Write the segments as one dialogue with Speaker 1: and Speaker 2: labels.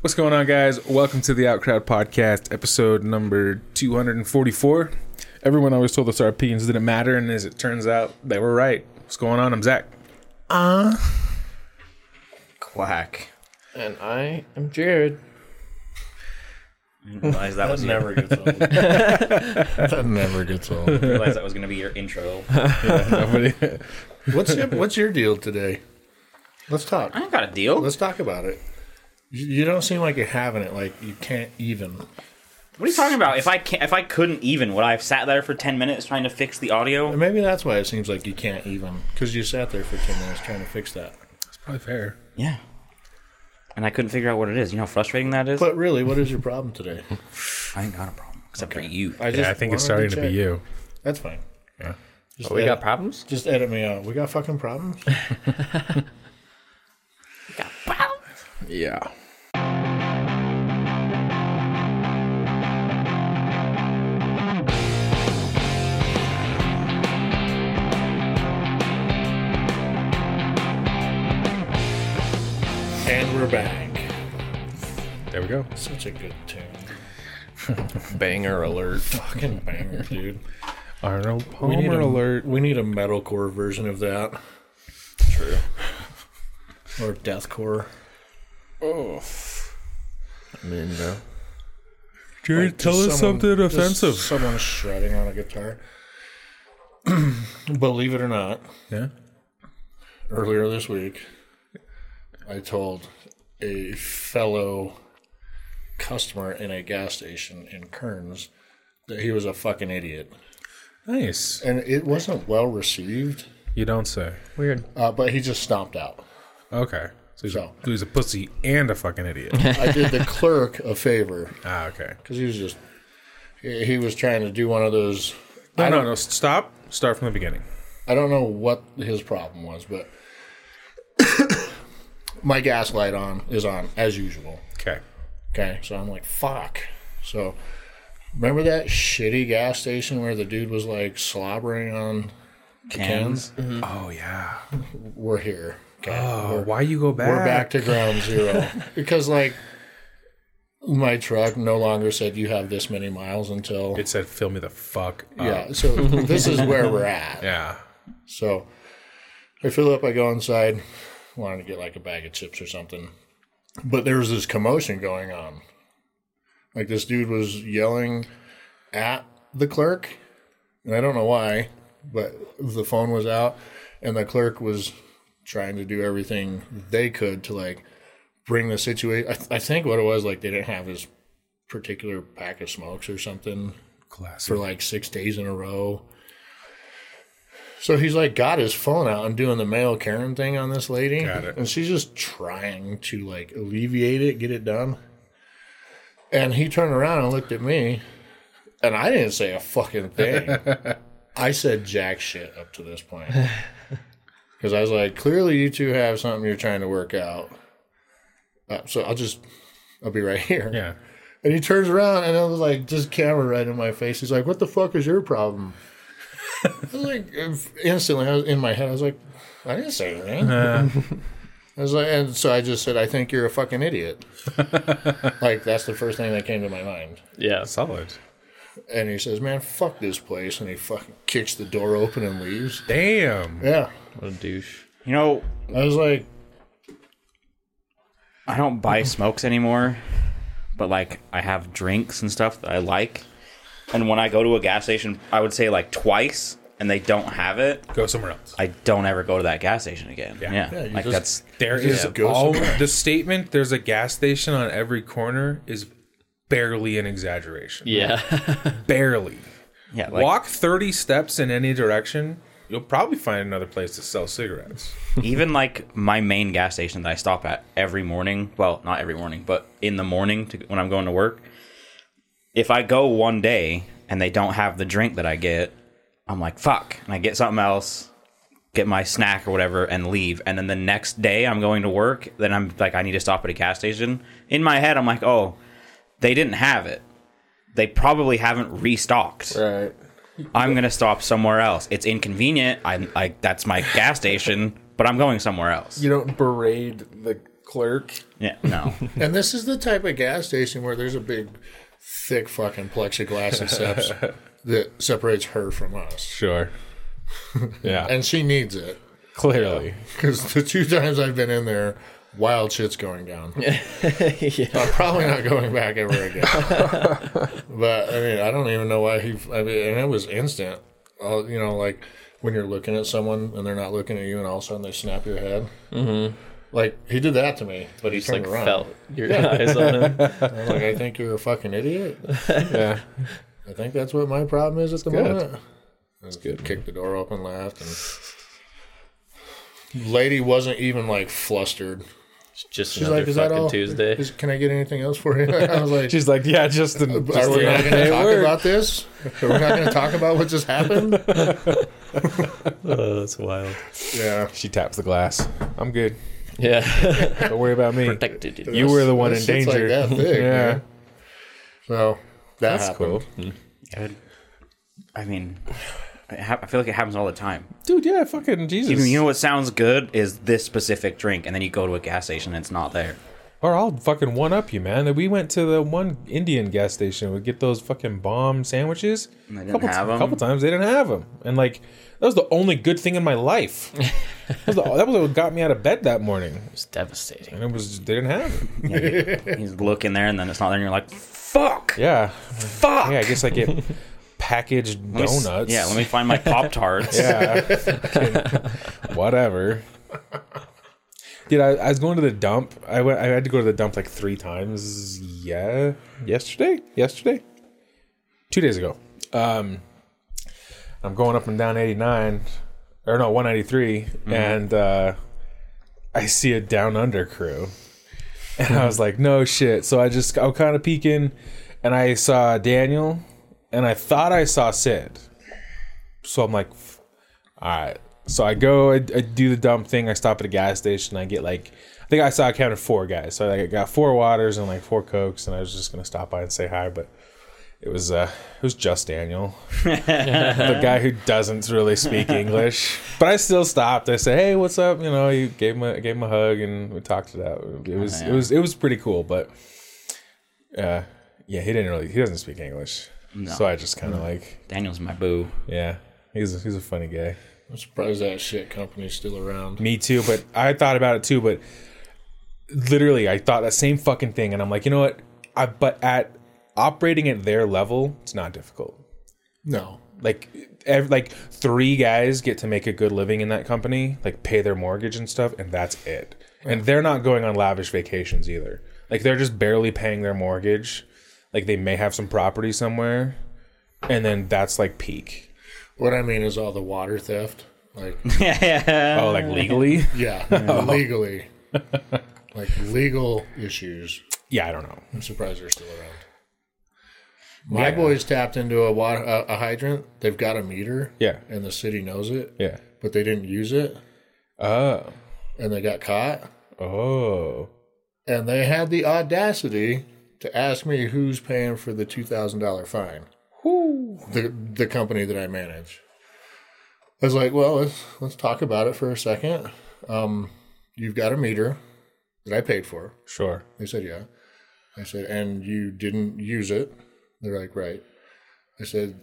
Speaker 1: What's going on, guys? Welcome to the Outcrowd Podcast, episode number 244. Everyone always told us our opinions didn't matter, and as it turns out, they were right. What's going on? I'm Zach.
Speaker 2: Quack.
Speaker 3: And I am Jared.
Speaker 2: Realize that was your-
Speaker 4: never gets old.
Speaker 3: That never gets old.
Speaker 4: Realize that was gonna be your intro.
Speaker 1: Nobody-
Speaker 5: What's your, what's your deal today? Let's talk.
Speaker 4: I ain't got a deal.
Speaker 5: Let's talk about it. You, you don't seem like you're having it. Like you can't even.
Speaker 4: What are you talking about? If I can't, if I couldn't even, would I have sat there for ten minutes trying to fix the audio?
Speaker 5: And maybe that's why it seems like you can't even because you sat there for ten minutes trying to fix that.
Speaker 1: It's probably fair.
Speaker 4: Yeah. And I couldn't figure out what it is. You know how frustrating that is.
Speaker 5: But really, what is your problem today?
Speaker 4: I ain't got a problem except for you.
Speaker 5: I just
Speaker 1: Yeah, I think it's starting
Speaker 5: wanted
Speaker 1: to be
Speaker 5: check.
Speaker 1: you.
Speaker 5: That's fine. Yeah. Just
Speaker 2: We
Speaker 5: edit,
Speaker 2: got problems?
Speaker 5: Just edit me out. We got fucking problems.
Speaker 2: Yeah.
Speaker 5: and we're back.
Speaker 1: There we go.
Speaker 5: Such a good tune.
Speaker 2: Banger alert.
Speaker 5: Fucking banger, dude.
Speaker 1: Arnold
Speaker 5: We need
Speaker 1: Palmer
Speaker 5: a,
Speaker 1: alert.
Speaker 5: We need a metalcore version of that,
Speaker 2: True.
Speaker 5: or deathcore.
Speaker 2: Oh.
Speaker 3: I mean, no.
Speaker 1: Jerry,
Speaker 5: Like,
Speaker 1: tell
Speaker 5: just
Speaker 1: us
Speaker 5: someone-
Speaker 1: something
Speaker 5: just
Speaker 1: offensive.
Speaker 5: Someone shredding on a guitar. Believe it or not,
Speaker 1: yeah.
Speaker 5: earlier this week, I told a fellow customer in a gas station in Kearns that he was a fucking idiot,
Speaker 1: Nice.
Speaker 5: and it wasn't well received.
Speaker 1: You don't say.
Speaker 2: Weird.
Speaker 5: Uh, but he just stomped out.
Speaker 1: Okay. So he's,
Speaker 5: So.
Speaker 1: A, he's a pussy and a fucking idiot.
Speaker 5: I did the clerk a favor
Speaker 1: ah, okay.
Speaker 5: because he was just he he was trying to do one of those.
Speaker 1: No,
Speaker 5: I
Speaker 1: no,
Speaker 5: don't-
Speaker 1: no. Stop. Start from the beginning.
Speaker 5: I don't know what his problem was, but my gas light on is on as usual.
Speaker 1: Okay.
Speaker 5: Okay, so I'm like, fuck. So remember that shitty gas station where the dude was like slobbering on the cans?
Speaker 1: Oh, yeah.
Speaker 5: We're here. Okay,
Speaker 1: Oh, why you go back?
Speaker 5: we're back to ground zero because like my truck no longer said you have this many miles until
Speaker 1: It said, fill me the fuck up.
Speaker 5: yeah. So this is where we're at.
Speaker 1: Yeah.
Speaker 5: So I fill up, I go inside, wanted to get like a bag of chips or something. But there was this commotion going on. Like this dude was yelling at the clerk, and I don't know why, but the phone was out, and the clerk was trying to do everything they could to like bring the situation. I, th- I think what it was like they didn't have his particular pack of smokes or something for
Speaker 1: Classic.
Speaker 5: like six days in a row. So he's like got his phone out and doing the male Karen thing on this lady.
Speaker 1: Got it.
Speaker 5: And she's just trying to like alleviate it, get it done. And he turned around and looked at me, and I didn't say a fucking thing. I said jack shit up to this point. Because I was like, clearly you two have something you're trying to work out. Uh, so I'll just, I'll be right here.
Speaker 1: Yeah.
Speaker 5: And he turns around and I was like, just camera right in my face. He's like, what the fuck is your problem? I was like, if- instantly, I was in my head, I was like, I didn't say anything. I was like, and so I just said, I think you're a fucking idiot. like, that's the first thing that came to my mind.
Speaker 2: Yeah.
Speaker 1: Solid.
Speaker 5: And he says, man, fuck this place. And he fucking kicks the door open and leaves.
Speaker 1: Damn.
Speaker 5: Yeah.
Speaker 2: What a douche.
Speaker 4: You know,
Speaker 5: I was like,
Speaker 4: I don't buy smokes anymore, but like I have drinks and stuff that I like. And when I go to a gas station, I would say like twice, and they don't have it.
Speaker 1: Go somewhere else.
Speaker 4: I don't ever go to that gas station again. Yeah,
Speaker 5: Yeah, you
Speaker 4: like
Speaker 5: just-
Speaker 4: that's
Speaker 1: There is
Speaker 5: Just go
Speaker 1: all
Speaker 5: somewhere.
Speaker 1: the statement. There's a gas station on every corner is barely an exaggeration.
Speaker 2: Yeah.
Speaker 1: Barely.
Speaker 4: yeah. Like,
Speaker 1: Walk thirty steps in any direction, you'll probably find another place to sell cigarettes.
Speaker 4: even like my main gas station that I stop at every morning. Well, not every morning, but in the morning to, when I'm going to work. If I go one day and they don't have the drink that I get, I'm like fuck, and I get something else, get my snack or whatever, and leave. And then the next day I'm going to work. Then I'm like, I need to stop at a gas station. In my head, I'm like, oh, they didn't have it. They probably haven't restocked.
Speaker 2: right.
Speaker 4: I'm gonna stop somewhere else. It's inconvenient. I'm like that's my gas station, but I'm going somewhere else.
Speaker 2: You don't berate the
Speaker 1: clerk.
Speaker 4: Yeah, no.
Speaker 5: And this is the type of gas station where there's a big, thick fucking plexiglass that, seps- that separates her from us.
Speaker 1: Sure. yeah.
Speaker 5: And she needs it.
Speaker 1: clearly.
Speaker 5: Because the two times I've been in there, wild shit's going down. I'm probably not going back ever again. but I mean, I don't even know why he. I mean, and it was instant. All you know, like when you're looking at someone and they're not looking at you, and all of a sudden they snap your head. Mm-hmm. Like he did that to me, but he
Speaker 2: Just
Speaker 5: turned
Speaker 2: like
Speaker 5: around.
Speaker 2: felt your eyes on him.
Speaker 5: I'm like, I think you're a fucking idiot.
Speaker 1: Yeah.
Speaker 5: I think that's what my problem is at the
Speaker 1: good.
Speaker 5: moment. That's good. Kicked the door open, laughed, and lady wasn't even like flustered.
Speaker 2: It's just
Speaker 5: She's
Speaker 2: another
Speaker 5: like, "Is that
Speaker 2: fucking
Speaker 5: all?
Speaker 2: Tuesday.
Speaker 5: Is- can I get anything else for you? I was like,
Speaker 1: She's like, yeah, just the.
Speaker 5: are
Speaker 1: Just
Speaker 5: we
Speaker 1: the
Speaker 5: not going to
Speaker 1: Hey,
Speaker 5: talk
Speaker 1: we're-
Speaker 5: about this? Are we not going to talk about what just happened?
Speaker 2: Oh, that's wild.
Speaker 5: Yeah.
Speaker 1: She taps the glass. I'm good.
Speaker 2: Yeah.
Speaker 1: Don't worry about me.
Speaker 2: Protected. you.
Speaker 1: You were the one in
Speaker 5: This shit's
Speaker 1: danger.
Speaker 5: Like that thick,
Speaker 1: Yeah.
Speaker 5: man. So that
Speaker 1: That's
Speaker 5: happened.
Speaker 1: cool,
Speaker 4: Dude, I mean, it hap- I feel like it happens all the time.
Speaker 1: dude. Yeah, fucking Jesus.
Speaker 4: Even you know what sounds good is this specific drink, and then you go to a gas station and it's not there.
Speaker 1: Or I'll fucking one up you, man. That we went to the one Indian gas station. We get those fucking bomb sandwiches.
Speaker 4: they didn't
Speaker 1: couple,
Speaker 4: have 'em?
Speaker 1: couple times they didn't have them, and like that was the only good thing in my life. that, was the, that was what got me out of bed that morning.
Speaker 2: It's devastating.
Speaker 1: And it was they didn't have it.
Speaker 4: You look in there, and then it's not there, and you're like, "Fuck,
Speaker 1: Yeah,
Speaker 4: fuck."
Speaker 1: yeah. I guess I get packaged
Speaker 4: Let me s-
Speaker 1: donuts.
Speaker 4: Yeah, let me find my pop tarts.
Speaker 1: Yeah. Fucking Whatever. Dude, I, I was going to the dump. I went. I had to go to the dump like three times. Yeah, yesterday, yesterday, two days ago. Um, I'm going up and down 89, or no, 193, and uh, I see a down under crew, and I was like, no shit. So I just I was kind of peeking, and I saw Daniel, and I thought I saw Sid. So I'm like, all right. So I go, I, I do the dumb thing. I stop at a gas station. I get like, I think I saw I counted four guys. So I got four waters and like four cokes, and I was just gonna stop by and say hi, but it was uh, it was just Daniel, the guy who doesn't really speak English. But I still stopped. I said, hey, what's up? You know, you gave him a, gave him a hug, and we talked it out. It was it was it was pretty cool, but uh, yeah, he didn't really he doesn't speak English, so I just kind of like
Speaker 4: Daniel's my boo.
Speaker 1: yeah, he's he's a funny guy.
Speaker 5: I'm surprised that shit company's still around.
Speaker 1: Me too, but I thought about it too, but literally I thought that same fucking thing and I'm like, you know what? I but at operating at their level, it's not difficult.
Speaker 5: No.
Speaker 1: Like ev- like three guys get to make a good living in that company, like pay their mortgage and stuff, and that's it. And they're not going on lavish vacations either. Like they're just barely paying their mortgage. Like they may have some property somewhere, and then that's like peak.
Speaker 5: What I mean is all the water theft. Like,
Speaker 1: Oh, like legally?
Speaker 5: yeah, legally. Like legal issues.
Speaker 1: Yeah, I don't know.
Speaker 5: I'm surprised they're still around. My boys tapped into a water a, a hydrant. They've got a meter.
Speaker 1: Yeah.
Speaker 5: and the city knows it.
Speaker 1: Yeah.
Speaker 5: but they didn't use it,
Speaker 1: Oh.
Speaker 5: and they got caught.
Speaker 1: Oh.
Speaker 5: And they had the audacity to ask me who's paying for the two thousand dollar fine. The the company that I manage. I was like, well, let's let's talk about it for a second. Um, you've got a meter that I paid for.
Speaker 1: Sure.
Speaker 5: They said, yeah. I said, and you didn't use it. They're like, right. I said,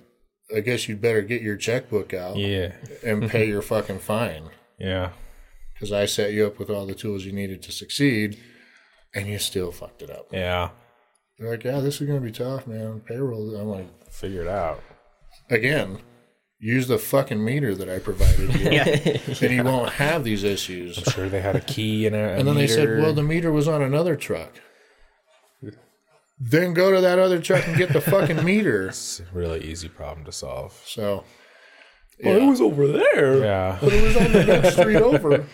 Speaker 5: I guess you'd better get your checkbook out
Speaker 1: Yeah.
Speaker 5: and pay your fucking fine
Speaker 1: Yeah.
Speaker 5: because I set you up with all the tools you needed to succeed and you still fucked it up.
Speaker 1: Yeah.
Speaker 5: They're like, yeah, this is going to be tough, man. Payroll. I'm like,
Speaker 1: Figure it out.
Speaker 5: again, use the fucking meter that I provided you
Speaker 4: Yeah,
Speaker 5: and you won't have these issues.
Speaker 1: Sure, they had a key and a.
Speaker 5: And then they said, well, the meter was on another truck. Then go to that other truck and get the fucking meter.
Speaker 1: It's a really easy problem to solve.
Speaker 5: So
Speaker 2: Well, it was over there.
Speaker 1: Yeah.
Speaker 5: it was on the next street over.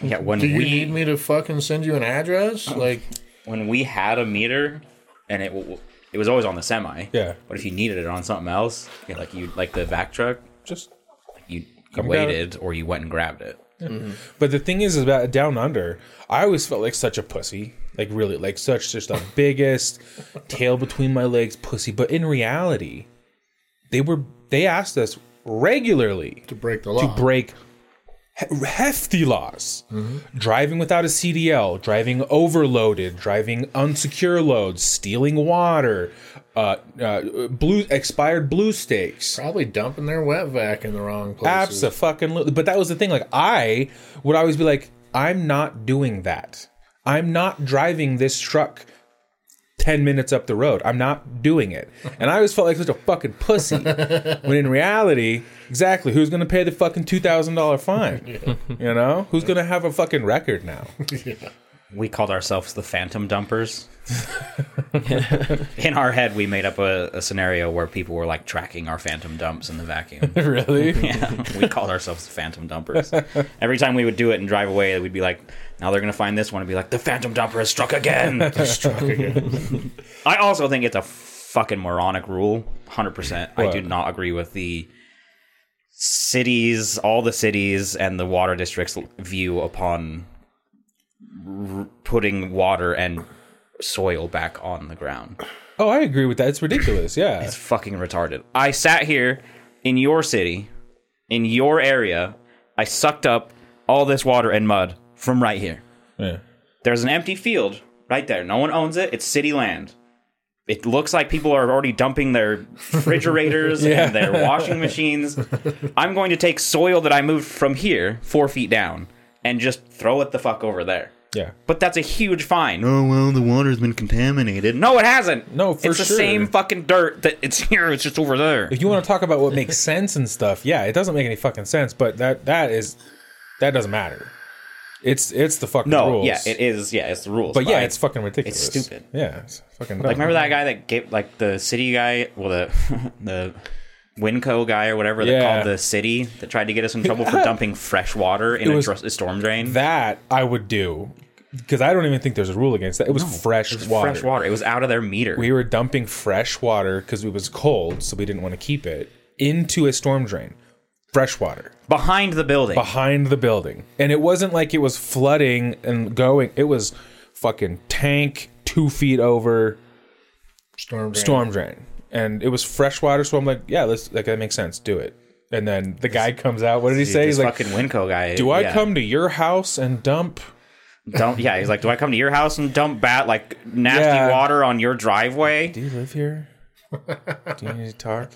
Speaker 4: yeah. When
Speaker 5: Do you
Speaker 4: we
Speaker 5: need me to fucking send you an address? Like,
Speaker 4: when we had a meter, and it w- w- it was always on the semi.
Speaker 1: Yeah.
Speaker 4: But if you needed it on something else, yeah, like you like the vac truck,
Speaker 1: Just.
Speaker 4: you, you
Speaker 1: Come grab it.
Speaker 4: waited or you went and grabbed it.
Speaker 1: But the thing is, is about down under, I always felt like such a pussy. Like really, like such just the biggest tail between my legs pussy. But in reality, they were they asked us regularly
Speaker 5: to break the law.
Speaker 1: break he- hefty laws. Driving without a CDL, driving overloaded, driving unsecure loads, stealing water, uh, uh, blue expired blue stakes.
Speaker 5: Probably dumping their wet vac in the wrong places.
Speaker 1: Absolutely. But that was the thing. Like, I would always be like, I'm not doing that. I'm not driving this truck 10 minutes up the road. I'm not doing it. And I always felt like such a fucking pussy. when in reality, exactly, who's going to pay the fucking $2,000 fine? You know? Who's going to have a fucking record now?
Speaker 4: we called ourselves the Phantom Dumpers. In our head, we made up a, a scenario where people were like tracking our Phantom dumps in the vacuum.
Speaker 1: really?
Speaker 4: yeah, we called ourselves the Phantom Dumpers. Every time we would do it and drive away, we'd be like, "Now they're gonna find this one and be like, the Phantom Dumper has struck again."
Speaker 5: Truck again.
Speaker 4: I also think it's a fucking moronic rule. 100%. I do not agree with the cities, all the cities and the water districts view upon r- putting water and soil back on the ground.
Speaker 1: Oh, I agree with that. It's ridiculous. Yeah.
Speaker 4: It's fucking retarded. I sat here in your city, in your area. I sucked up all this water and mud from right here.
Speaker 1: Yeah.
Speaker 4: There's an empty field right there. No one owns it. It's city land. It looks like people are already dumping their refrigerators and their washing machines. I'm going to take soil that I moved from here, four feet down, and just throw it the fuck over there.
Speaker 1: Yeah.
Speaker 4: But that's a huge fine. Oh well, the water's been contaminated. No, it hasn't.
Speaker 1: No, for
Speaker 4: it's the
Speaker 1: sure.
Speaker 4: same fucking dirt that it's here. It's just over there.
Speaker 1: If you want to talk about what makes sense and stuff, yeah, it doesn't make any fucking sense, but that that is that doesn't matter. It's it's the fucking
Speaker 4: No,
Speaker 1: rules.
Speaker 4: yeah, it is. Yeah, it's the rules.
Speaker 1: But yeah,
Speaker 4: I-
Speaker 1: it's fucking ridiculous.
Speaker 4: it's stupid.
Speaker 1: Yeah, it's fucking.
Speaker 4: Like remember that guy that gave like the city guy, well the the Winco guy or whatever that
Speaker 1: Yeah.
Speaker 4: called the city that tried to get us in trouble for dumping fresh water in a,
Speaker 1: was-
Speaker 4: dr- a storm drain.
Speaker 1: That I would do because I don't even think there's a rule against that. It was fresh water.
Speaker 4: Fresh water. It was out of their meter.
Speaker 1: We were dumping fresh water because it was cold, so we didn't want to keep it into a storm drain. Fresh water
Speaker 4: behind the building.
Speaker 1: behind the building, and it wasn't like it was flooding and going. It was fucking tank two feet over.
Speaker 5: Storm. drain.
Speaker 1: storm drain and it was fresh water so i'm like yeah let's like that makes sense do it and then the guy comes out what did he say
Speaker 4: This
Speaker 1: he's like
Speaker 4: fucking Winco guy.
Speaker 1: do i
Speaker 4: yeah.
Speaker 1: come to your house and dump
Speaker 4: Dump, yeah, he's like, do I come to your house and dump bat like nasty
Speaker 1: Yeah.
Speaker 4: water on your driveway?
Speaker 1: do you live here do you need to talk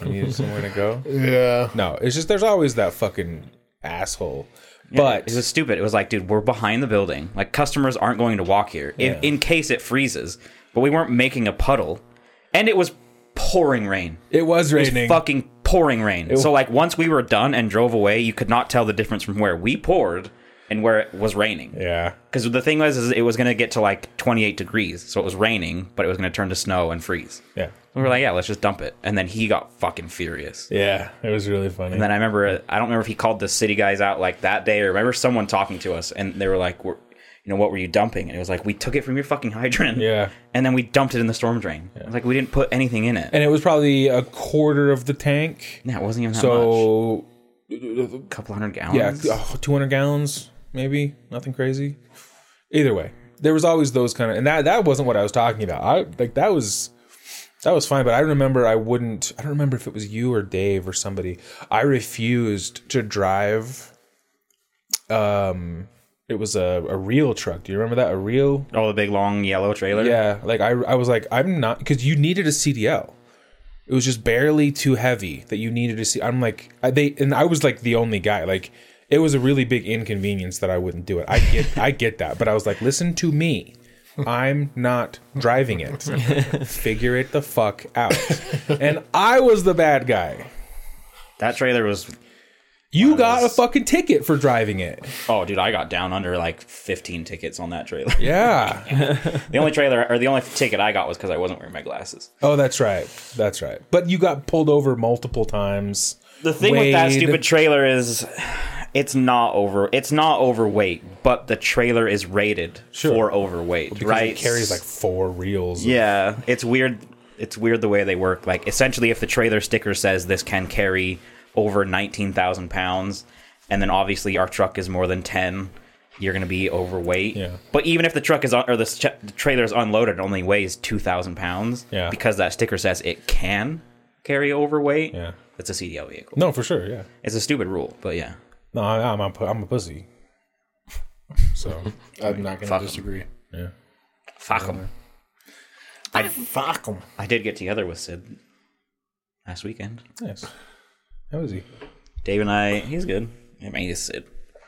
Speaker 1: do you need somewhere to go
Speaker 5: Yeah.
Speaker 1: no it's just there's always that fucking asshole but
Speaker 4: It was stupid. It was like, dude, we're behind the building. Like customers aren't going to walk here in, in case it freezes. But we weren't making a puddle, and it was pouring rain.
Speaker 1: it was
Speaker 4: It was
Speaker 1: raining
Speaker 4: fucking pouring rain. so like once we were done and drove away, you could not tell the difference from where we poured and where it was raining.
Speaker 1: yeah
Speaker 4: Because the thing was, is it was going to get to like 28 degrees, so it was raining, but it was going to turn to snow and freeze.
Speaker 1: yeah
Speaker 4: We were like, yeah, let's just dump it. And then he got fucking furious.
Speaker 1: yeah it was really funny
Speaker 4: And then I remember, uh, I don't remember if he called the city guys out like that day, or I remember someone talking to us, and they were like, we're, you know, what were you dumping? And it was like, we took it from your fucking hydrant,
Speaker 1: Yeah.
Speaker 4: and then we dumped it in the storm drain. It was Like we didn't put anything in it.
Speaker 1: and it was probably a quarter of the tank
Speaker 4: yeah, it wasn't even that much.
Speaker 1: so
Speaker 4: A couple hundred
Speaker 1: yeah,
Speaker 4: gallons.
Speaker 1: oh, 200 gallons, maybe nothing crazy. Either way, there was always those kind of, and that that wasn't what I was talking about. I like that was that was fine, but I remember I wouldn't. I don't remember if it was you or Dave or somebody. I refused to drive. Um, it was a a real truck. Do you remember that? A real
Speaker 4: Oh, the big long yellow trailer.
Speaker 1: yeah, like I, I was like, I'm not because you needed a CDL. It was just barely too heavy that you needed to see. I'm like, I, they and I was like the only guy. Like, it was a really big inconvenience that I wouldn't do it. I get, I get that, but I was like, listen to me. I'm not driving it. Figure it the fuck out. And I was the bad guy.
Speaker 4: that trailer was.
Speaker 1: You got a fucking ticket for driving it.
Speaker 4: Oh, dude, I got down under like 15 tickets on that trailer.
Speaker 1: Yeah.
Speaker 4: the only trailer or the only ticket I got was because I wasn't wearing my glasses.
Speaker 1: Oh, that's right. That's right. But you got pulled over multiple times.
Speaker 4: The thing with that
Speaker 1: Wade.
Speaker 4: stupid trailer is it's not over it's not overweight, but the trailer is rated for overweight,
Speaker 1: because
Speaker 4: right?
Speaker 1: It carries like four reels. of-
Speaker 4: Yeah, it's weird it's weird the way they work. Like essentially if the trailer sticker says this can carry over 19,000 pounds and then obviously our truck is more than 10 you're going to be overweight.
Speaker 1: Yeah.
Speaker 4: But even if the truck is un- or the, ch- the trailer is unloaded, it only weighs 2,000 pounds
Speaker 1: Yeah.
Speaker 4: because that sticker says it can carry overweight.
Speaker 1: Yeah.
Speaker 4: It's a CDL vehicle.
Speaker 1: No, for sure. Yeah.
Speaker 4: It's a stupid rule, but yeah.
Speaker 1: No, I- I'm a, pu- I'm a pussy. So
Speaker 5: I'm not going
Speaker 4: fuck 'em.
Speaker 5: to disagree.
Speaker 1: yeah,
Speaker 4: Fuck them.
Speaker 5: I fuck them.
Speaker 4: I did get together with Sid last weekend.
Speaker 1: nice. How is he?
Speaker 4: Dave and I, he's good. I mean, he's Sid.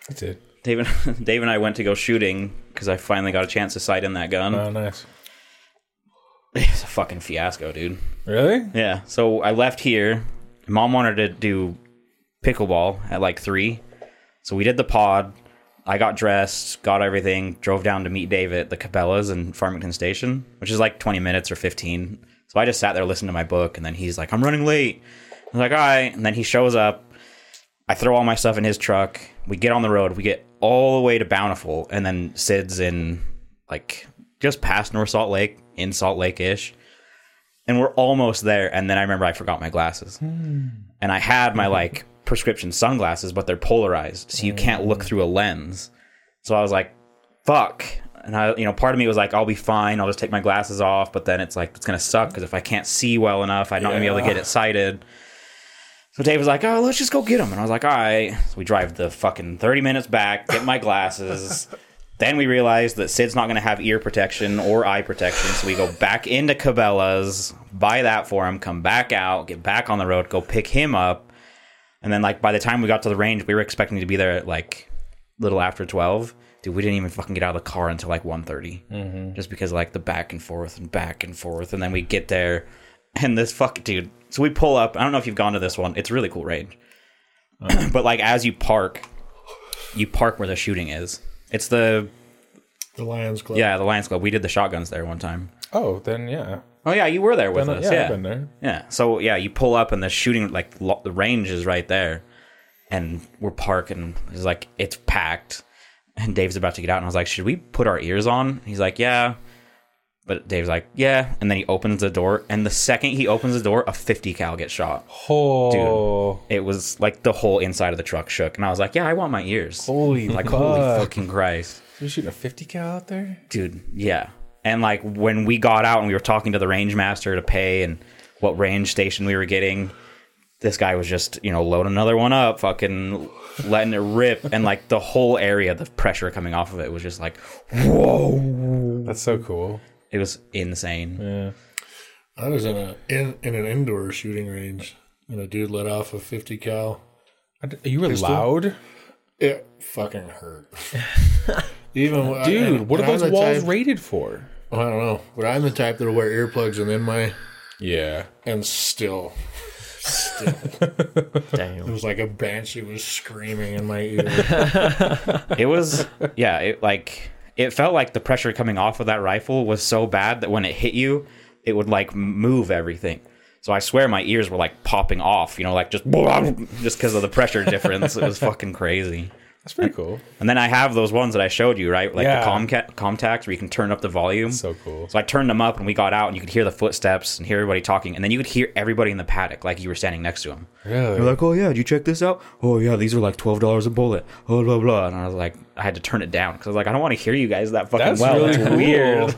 Speaker 1: That's it.
Speaker 4: Dave and, Dave and I went to go shooting because I finally got a chance to sight in that gun.
Speaker 1: Oh, nice.
Speaker 4: It's a fucking fiasco, dude.
Speaker 1: Really?
Speaker 4: Yeah. So I left here. Mom wanted to do pickleball at like three. So we did the pod. I got dressed, got everything, drove down to meet Dave at the Cabela's in Farmington Station, which is like 20 minutes or 15. So I just sat there listening to my book, and then he's like, I'm running late. I was like, all right. And then he shows up. I throw all my stuff in his truck. We get on the road. We get all the way to Bountiful, and then Sid's in like just past North Salt Lake, in Salt Lake ish and we're almost there and then i remember i forgot my glasses and i had my like prescription sunglasses but they're polarized so you can't look through a lens so i was like fuck and i you know part of me was like i'll be fine i'll just take my glasses off but then it's like it's gonna suck because if i can't see well enough i'm not gonna be able to get it sighted so Dave was like, "Oh, let's just go get them," and I was like, "All right." So we drive the fucking thirty minutes back, get my glasses. then we realize that Sid's not going to have ear protection or eye protection, so we go back into Cabela's, buy that for him, come back out, get back on the road, go pick him up, and then like by the time we got to the range, we were expecting to be there at like little after twelve. Dude, we didn't even fucking get out of the car until like 1.30. just because like the back and forth and back and forth, and then we get there, and this fuck dude. So we pull up. I don't know if you've gone to this one. It's a really cool range,
Speaker 1: Uh-huh.
Speaker 4: but like as you park, you park where the shooting is. It's the
Speaker 5: The Lions Club.
Speaker 4: yeah the Lions Club. We did the shotguns there one time.
Speaker 1: Oh, then yeah.
Speaker 4: Oh yeah, you were there with
Speaker 1: Then,
Speaker 4: us.
Speaker 1: yeah,
Speaker 4: yeah,
Speaker 1: I've been there.
Speaker 4: yeah. So yeah, you pull up and the shooting like lo- the range is right there, and we're parking. It's like it's packed, and Dave's about to get out, and I was like, "Should we put our ears on?" He's like, "Yeah," but Dave's like, "Yeah," and then he opens the door, and the second he opens the door, a fifty cal gets shot.
Speaker 1: Oh,
Speaker 4: It was like the whole inside of the truck shook, and I was like, "Yeah, I want my ears."
Speaker 1: holy
Speaker 4: like
Speaker 1: like
Speaker 4: holy
Speaker 1: fuck!
Speaker 4: fucking Christ
Speaker 1: You shooting a fifty cal out there?
Speaker 4: dude yeah and like when we got out and we were talking to the range master to pay and what range station we were getting this guy was just you know loading another one up fucking letting it rip and like the whole area the pressure coming off of it was just like
Speaker 1: That's so cool.
Speaker 4: it was insane
Speaker 5: I was in a in, in an indoor shooting range, and a dude let off a 50 cal.
Speaker 1: I d- You were loud,
Speaker 5: It fucking hurt. Even when-
Speaker 1: dude.
Speaker 5: and-
Speaker 1: what are
Speaker 5: and I'm
Speaker 1: those
Speaker 5: the
Speaker 1: walls
Speaker 5: type-
Speaker 1: rated for?
Speaker 5: I don't know, but I'm the type that'll wear earplugs and in my
Speaker 1: Yeah,
Speaker 5: and still, still, it
Speaker 3: Damn.
Speaker 5: was like a banshee was screaming in my ear.
Speaker 4: it was yeah it like it felt like the pressure coming off of that rifle was so bad that when it hit you it would like move everything so i swear my ears were like popping off you know like just just because of the pressure difference it was fucking crazy
Speaker 1: that's pretty cool.
Speaker 4: and then i have those ones that i showed you right like
Speaker 1: Yeah.
Speaker 4: the comca- comtax where you can turn up the volume
Speaker 1: So cool.
Speaker 4: so I turned them up and we got out and you could hear the footsteps and hear everybody talking and then you could hear everybody in the paddock like you were standing next to them.
Speaker 1: Really?
Speaker 4: They're like, oh yeah, did you check this out? Oh yeah, these were like twelve dollars a bullet. Oh blah blah. And I was like, I had to turn it down because I was like, I don't want to hear you guys that fucking
Speaker 1: That's
Speaker 4: well.
Speaker 1: really
Speaker 4: That's
Speaker 1: cool.
Speaker 4: weird.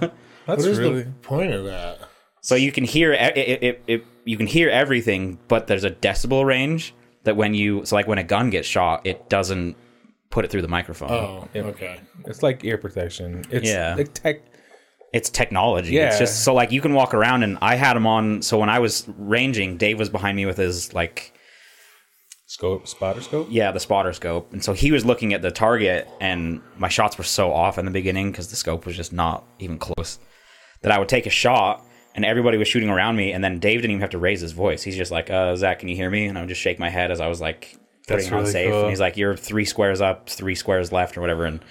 Speaker 1: That's
Speaker 5: What is
Speaker 1: really
Speaker 5: the point of that?
Speaker 4: so you can hear e, it, it, it, it, you can hear everything, but there's a decibel range that when you so like when a gun gets shot, it doesn't put it through the microphone.
Speaker 5: Oh, okay.
Speaker 1: It's like ear protection. It's
Speaker 4: Yeah.
Speaker 1: like tech.
Speaker 4: it's technology. It's
Speaker 1: Yeah.
Speaker 4: just so like you can walk around and I had them on. So when I was ranging, Dave was behind me with his like
Speaker 1: Scope, spotter scope.
Speaker 4: yeah the spotter scope, and so he was looking at the target, and my shots were so off in the beginning because the scope was just not even close. That I would take a shot and everybody was shooting around me, and then Dave didn't even have to raise his voice. He's just like, "Uh, Zach, can you hear me?" And I would just shake my head as I was like putting
Speaker 1: That's
Speaker 4: it on
Speaker 1: really
Speaker 4: safe,
Speaker 1: cool.
Speaker 4: and he's like, "You're three squares up, three squares left, or whatever." And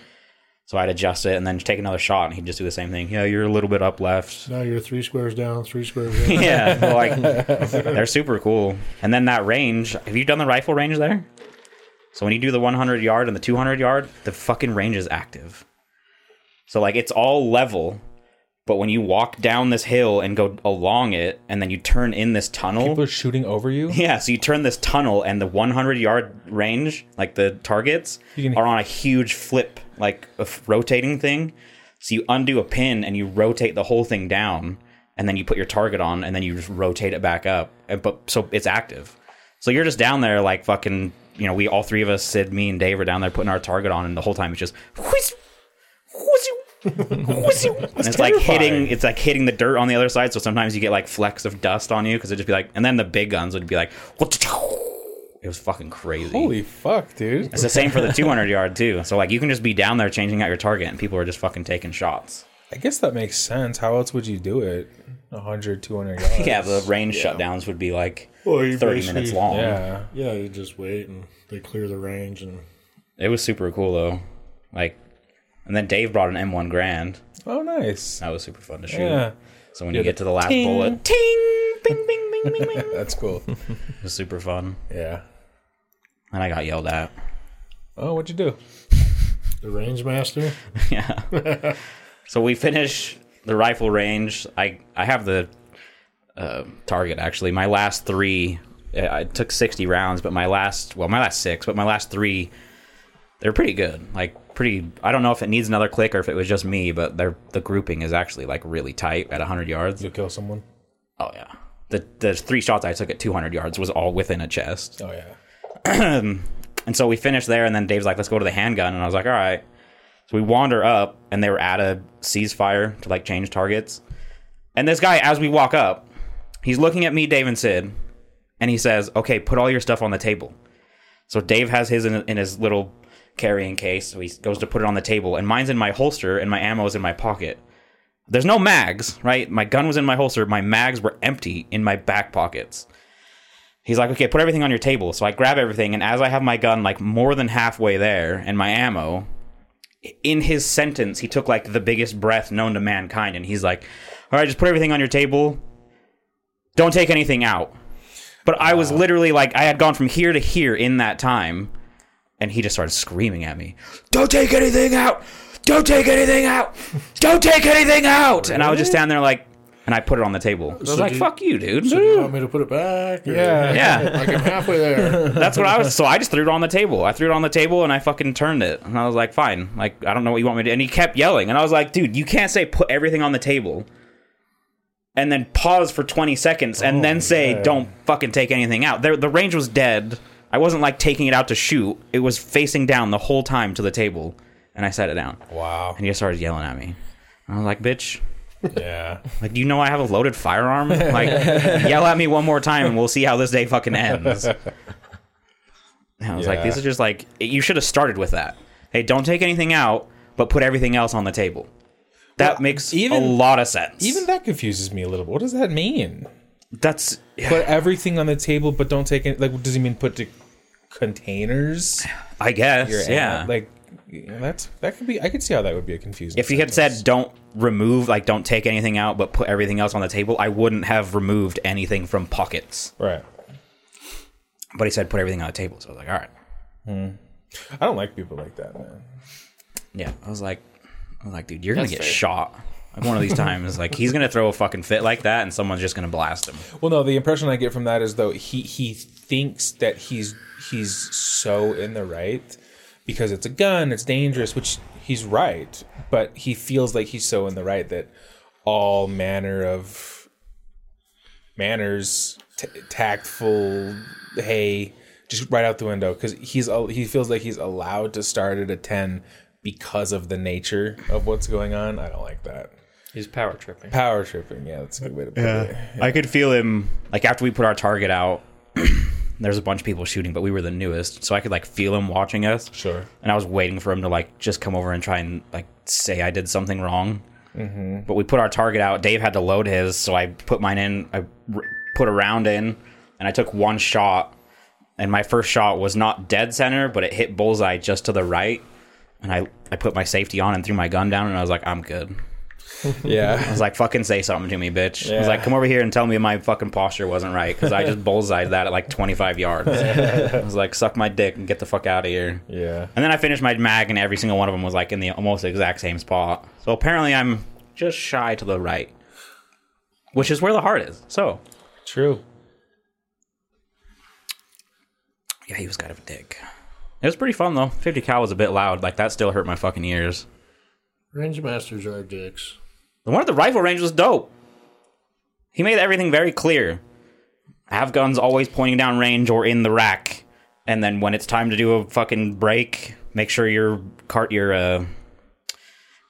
Speaker 4: so I'd adjust it and then take another shot, and he'd just do the same thing. Yeah, you're a little bit up left.
Speaker 5: Now you're three squares down, three squares down.
Speaker 4: yeah, but, like they're super cool. And then that range, have you done the rifle range there? So when you do the 100 yard and the 200 yard, the fucking range is active. So like it's all level, but when you walk down this hill and go along it, and then you turn in this tunnel,
Speaker 1: People are shooting over you.
Speaker 4: yeah, so you turn this tunnel and the 100 yard range, like the targets,
Speaker 1: You can-
Speaker 4: are on a huge flip, like a f- rotating thing. So you undo a pin and you rotate the whole thing down, and then you put your target on, and then you just rotate it back up. And, but so it's active. So you're just down there like fucking you know, we all three of us, Sid, me, and Dave, are down there putting our target on, and the whole time it's just whoosh, whoosh, whoosh, and it's like hitting, it's like hitting the dirt on the other side. So sometimes you get like flecks of dust on you because it'd just be like, and then the big guns would be like, it was fucking crazy.
Speaker 1: Holy fuck, dude.
Speaker 4: It's the same for the 200 yard too. So like you can just be down there changing out your target, and people are just fucking taking shots.
Speaker 1: I guess that makes sense. How else would you do it? 100, 200 yards.
Speaker 4: Yeah, the range shutdowns would be like
Speaker 5: Well, you
Speaker 4: 30 minutes
Speaker 5: basically-
Speaker 4: long.
Speaker 1: Yeah.
Speaker 5: Yeah, you just wait and they clear the range and
Speaker 4: It was super cool though. Like, and then Dave brought an M1 Grand.
Speaker 1: Oh, nice.
Speaker 4: That was super fun to shoot.
Speaker 1: Yeah.
Speaker 4: So when you get to the last bullet, ting, bing, bing, bing, bing, bing.
Speaker 1: That's cool.
Speaker 4: It was super fun.
Speaker 1: Yeah.
Speaker 4: And I got yelled at.
Speaker 1: Oh, what'd you do?
Speaker 5: the range master.
Speaker 4: yeah. so we finish the rifle range. I I have the uh, target actually. My last three, I I took sixty rounds, but my last well, my last six, but my last three, they're pretty good. Like pretty. I don't know if it needs another click or if it was just me, but they're the grouping is actually like really tight at hundred yards.
Speaker 1: You kill someone?
Speaker 4: Oh yeah. The, the three shots I took at 200 yards was all within a chest.
Speaker 1: Oh, yeah.
Speaker 4: And so we finished there, and then Dave's like, let's go to the handgun. And I was like, all right. So we wander up, and they were at a ceasefire to like change targets. And this guy, as we walk up, he's looking at me, Dave, and Sid, and he says, okay, put all your stuff on the table. So Dave has his in, in his little carrying case. So he goes to put it on the table, and mine's in my holster, and my ammo is in my pocket. There's no mags, right? My gun was in my holster. My mags were empty in my back pockets. He's like, okay, put everything on your table. So I grab everything, and as I have my gun like more than halfway there and my ammo, in his sentence, he took like the biggest breath known to mankind, and he's like, all right, just put everything on your table. Don't take anything out. But I was literally like, I had gone from here to here in that time, and he just started screaming at me, don't take anything out! Don't take anything out! Don't take anything out! And I was just standing there like, and I put it on the table. I was like,
Speaker 5: did-
Speaker 4: fuck you, dude.
Speaker 5: Do you want me to put it back? or-
Speaker 1: Yeah.
Speaker 4: Yeah.
Speaker 5: Like I'm halfway there.
Speaker 4: That's what I was. So I just threw it on the table. I threw it on the table and I fucking turned it. And I was like, fine. Like, I don't know what you want me to. And he kept yelling. And I was like, dude, you can't say put everything on the table and then pause for 20 seconds and then say don't fucking take anything out. There, the range was dead. I wasn't like taking it out to shoot. It was facing down the whole time to the table. And I set it down.
Speaker 1: Wow.
Speaker 4: And he just started yelling at me. And I was like, bitch,
Speaker 1: Yeah.
Speaker 4: like, do you know I have a loaded firearm? Like, yell at me one more time and we'll see how this day fucking ends. And I was like,
Speaker 1: Yeah.
Speaker 4: this is just like, you should have started with that. Hey, don't take anything out, but put everything else on the table. That
Speaker 1: Well,
Speaker 4: makes a
Speaker 1: even-
Speaker 4: lot of sense.
Speaker 1: Even that confuses me a little bit. What does that mean?
Speaker 4: that's,
Speaker 1: Put everything on the table, but don't take it. Like, does he mean put the containers?
Speaker 4: I guess,
Speaker 1: Your
Speaker 4: yeah.
Speaker 1: aunt? Like, that's that could be. I could see how that would be a confusing.
Speaker 4: if you had
Speaker 1: sentence.
Speaker 4: said don't remove, like, don't take anything out, but put everything else on the table, I wouldn't have removed anything from pockets.
Speaker 1: right,
Speaker 4: But he said put everything on the table, so I was like, all right.
Speaker 1: I don't like people like that, man.
Speaker 4: Yeah, I was like, I was like, dude, you're gonna get shot. Like one of these times, like he's gonna throw a fucking fit like that, and someone's just gonna blast him.
Speaker 1: Well, no, the impression I get from that is though he he thinks that he's he's so in the right because it's a gun, it's dangerous, which he's right, but he feels like he's so in the right that all manner of manners, t- tactful, hey, just right out the window because he's al- he feels like he's allowed to start at a ten because of the nature of what's going on. I don't like that.
Speaker 2: He's power tripping.
Speaker 1: Power tripping, yeah, that's a good way to put it.
Speaker 4: I could feel him. Like after we put our target out, there's a bunch of people shooting, but we were the newest, so I could like feel him watching us.
Speaker 1: Sure.
Speaker 4: And I was waiting for him to like just come over and try and like say I did something wrong. But we put our target out. Dave had to load his, so I put mine in. I r- put a round in, and I took one shot. And my first shot was not dead center, but it hit bullseye just to the right. And I, I put my safety on and threw my gun down, and I was like, I'm good. I
Speaker 1: Yeah.
Speaker 4: was like, fucking say something to me, bitch. I was
Speaker 1: Yeah.
Speaker 4: like, come over here and tell me my fucking posture wasn't right because I just bullseyed that at like 25 yards. I was like, suck my dick and get the fuck out of here.
Speaker 1: Yeah.
Speaker 4: And then I finished my mag, and every single one of them was like in the almost exact same spot. So apparently, I'm just shy to the right, which is where the heart is. So
Speaker 1: True.
Speaker 4: yeah, he was kind of a dick. It was pretty fun though. 50 cal was a bit loud. Like that still hurt my fucking ears.
Speaker 5: Range masters are dicks.
Speaker 4: The one at the rifle range was dope. He made everything very clear. Have guns always pointing down range or in the rack. and then when it's time to do a fucking break, make sure your cart your uh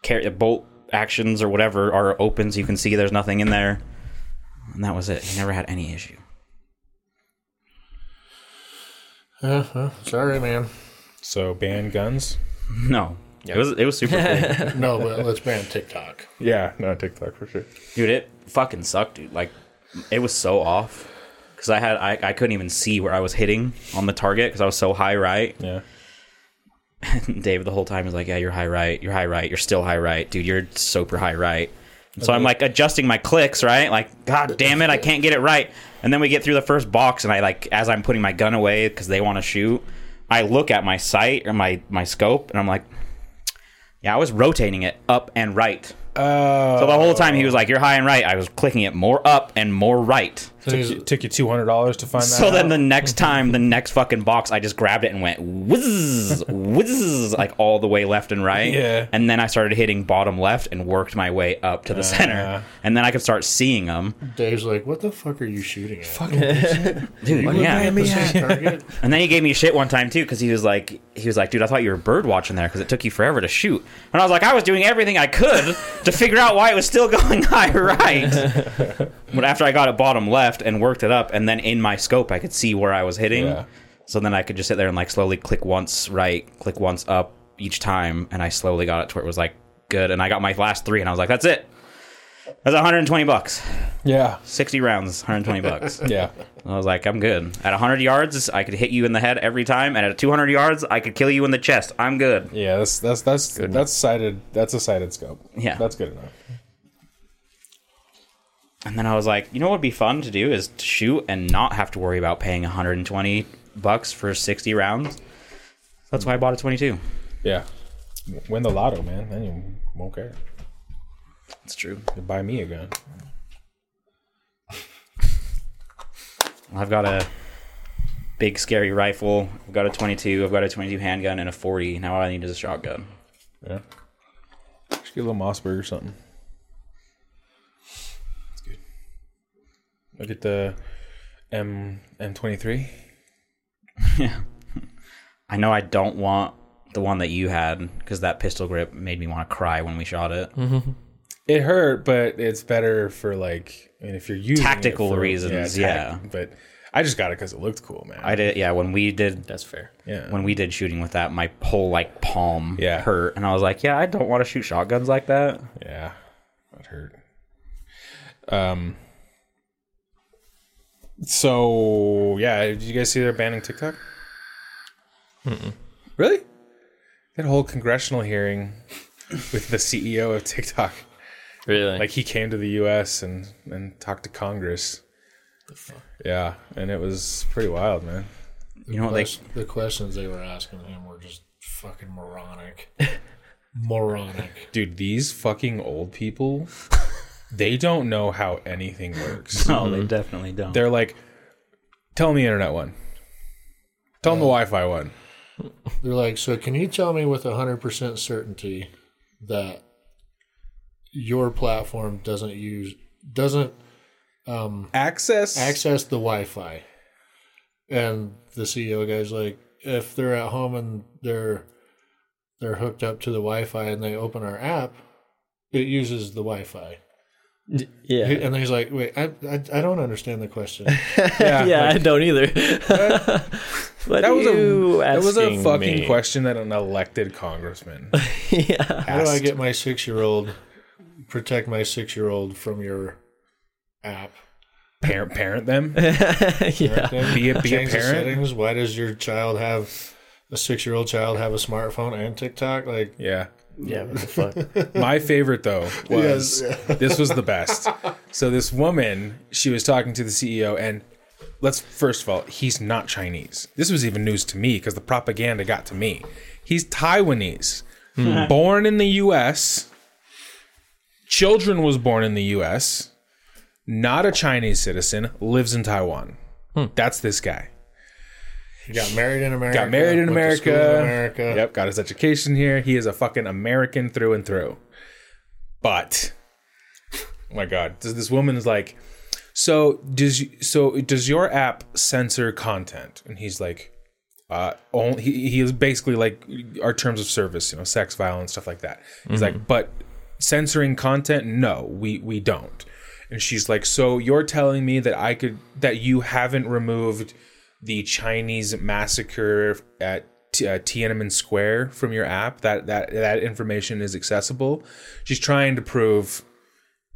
Speaker 4: car- bolt actions or whatever are open so you can see there's nothing in there. And that was it. He never had any issue.
Speaker 5: Sorry, man.
Speaker 1: So ban guns.
Speaker 4: No. It was it was super cool.
Speaker 5: No, but let's ban TikTok.
Speaker 1: Yeah, no TikTok for sure.
Speaker 4: dude it fucking sucked dude like it was so off because i had I, I couldn't even see where i was hitting on the target because i was so high right
Speaker 1: Yeah,
Speaker 4: Dave the whole time is like, yeah, you're high right, you're high right, you're still high right, dude, you're super high right. And so I'm like adjusting my clicks, right? Like, god damn it, I can't get it right. And then we get through the first box, and I like, as I'm putting my gun away because they want to shoot, I look at my sight or my my scope, and I'm like, yeah, I was rotating it up and right. so
Speaker 1: Oh,
Speaker 4: the whole time he was like, you're high and right. I was clicking it more up and more right.
Speaker 1: took you, took you two hundred dollars to find that.
Speaker 4: So
Speaker 1: out?
Speaker 4: then the next time, the next fucking box, I just grabbed it and went whizz, whizz, like all the way left and right.
Speaker 1: Yeah.
Speaker 4: And then I started hitting bottom left and worked my way up to the center. And then I could start seeing them.
Speaker 5: Dave's like, what the fuck are you shooting at? Fuck
Speaker 4: Dude, yeah.
Speaker 5: target.
Speaker 4: And then he gave me shit one time too because he was like, he was like, dude, I thought you were bird watching there because it took you forever to shoot. And I was like, I was doing everything I could to figure out why it was still going high right. but after I got it bottom left and worked it up, and then in my scope I could see where I was hitting.
Speaker 1: Yeah.
Speaker 4: So then I could just sit there and like slowly click once right, click once up each time, and I slowly got it to where it was like good. And I got my last three, and I was like, that's it. That's 120 bucks,
Speaker 1: yeah,
Speaker 4: 60 rounds, 120 bucks.
Speaker 1: yeah,
Speaker 4: I was like, I'm good. At 100 yards, I could hit you in the head every time, and at 200 yards, I could kill you in the chest. I'm good.
Speaker 1: yeah. That's that's that's that's sighted. That's a sighted scope.
Speaker 4: Yeah.
Speaker 1: that's good enough.
Speaker 4: And then I was like, you know what would be fun to do is to shoot and not have to worry about paying 120 bucks for 60 rounds. That's why I bought a 22.
Speaker 1: Yeah, win the lotto, man. Then you won't care.
Speaker 4: That's true.
Speaker 1: You buy me a gun.
Speaker 4: I've got a big scary rifle. I've got a 22. I've got a 22 handgun and a 40. Now all I need is a shotgun.
Speaker 1: Yeah, just get a little Mossberg or something. That's good. I get the M M twenty three.
Speaker 4: I know I don't want the one that you had because that pistol grip made me want to cry when we shot it.
Speaker 1: It hurt, but it's better for like, I mean, if you're using it
Speaker 4: Tactical
Speaker 1: for-
Speaker 4: reasons, yeah.
Speaker 1: But I just got it because it looked cool, man.
Speaker 4: I did. Yeah, when we did
Speaker 2: That's fair.
Speaker 1: yeah,
Speaker 4: when we did shooting with that, my whole like palm
Speaker 1: Yeah.
Speaker 4: hurt, and I was like, "Yeah, I don't want to shoot shotguns like that."
Speaker 1: yeah, that hurt. Um. So yeah, did you guys see they're banning TikTok? Really? That whole congressional hearing with the CEO of TikTok.
Speaker 2: Really?
Speaker 1: like he came to the U.S. and and talked to Congress. Yeah, and it was pretty wild, man.
Speaker 4: You know what? They,
Speaker 5: the questions they were asking him were just fucking moronic. moronic.
Speaker 1: Dude, these fucking old people, they don't know how anything works.
Speaker 4: no, they definitely don't.
Speaker 1: They're like, tell them the internet one. Tell them the Wi Fi one.
Speaker 5: They're like, so can you tell me with 100% certainty that your platform doesn't use, doesn't
Speaker 1: Access.
Speaker 5: access the Wi-Fi. And the CEO guy's like, if they're at home and they're they're hooked up to the Wi-Fi and they open our app, it uses the Wi-Fi.
Speaker 2: D- yeah.
Speaker 5: And he's like, wait, I I, I don't understand the question.
Speaker 1: yeah.
Speaker 2: Yeah,
Speaker 1: like,
Speaker 2: I don't either. but
Speaker 1: that was
Speaker 2: you
Speaker 1: a that was a
Speaker 2: asking
Speaker 1: fucking
Speaker 2: me.
Speaker 1: question that an elected congressman
Speaker 2: yeah.
Speaker 5: How do I
Speaker 1: asked.
Speaker 5: get my six-year-old protect my six-year-old from your app?
Speaker 1: parent parent them.
Speaker 2: yeah.
Speaker 1: Be a be a
Speaker 5: Change the
Speaker 1: parent.
Speaker 5: settings. Why does your child have a six-year-old child have a smartphone and TikTok? Like,
Speaker 1: Yeah.
Speaker 2: Yeah, what the fuck?
Speaker 1: My favorite though was this was the best. So this woman, she was talking to the CEO, and let's first of all, he's not Chinese. This was even news to me because the propaganda got to me. He's Taiwanese, born in the U.S. Children was born in the U.S. Not a Chinese citizen, lives in Taiwan. That's this guy.
Speaker 5: you got married in America.
Speaker 1: Got married in
Speaker 5: went to
Speaker 1: America.
Speaker 5: school in America.
Speaker 1: Yep, got his education here. He is a fucking American through and through. But oh my god, does this woman is like, so does so does your app censor content? And he's like, Uh, only, he, he is basically like our terms of service, you know, sex, violence, stuff like that. He's like, but censoring content? No, we we don't. And she's like, so you're telling me that I could that you haven't removed the Chinese massacre at T- uh, Tiananmen Square from your app? That that that information is accessible. She's trying to prove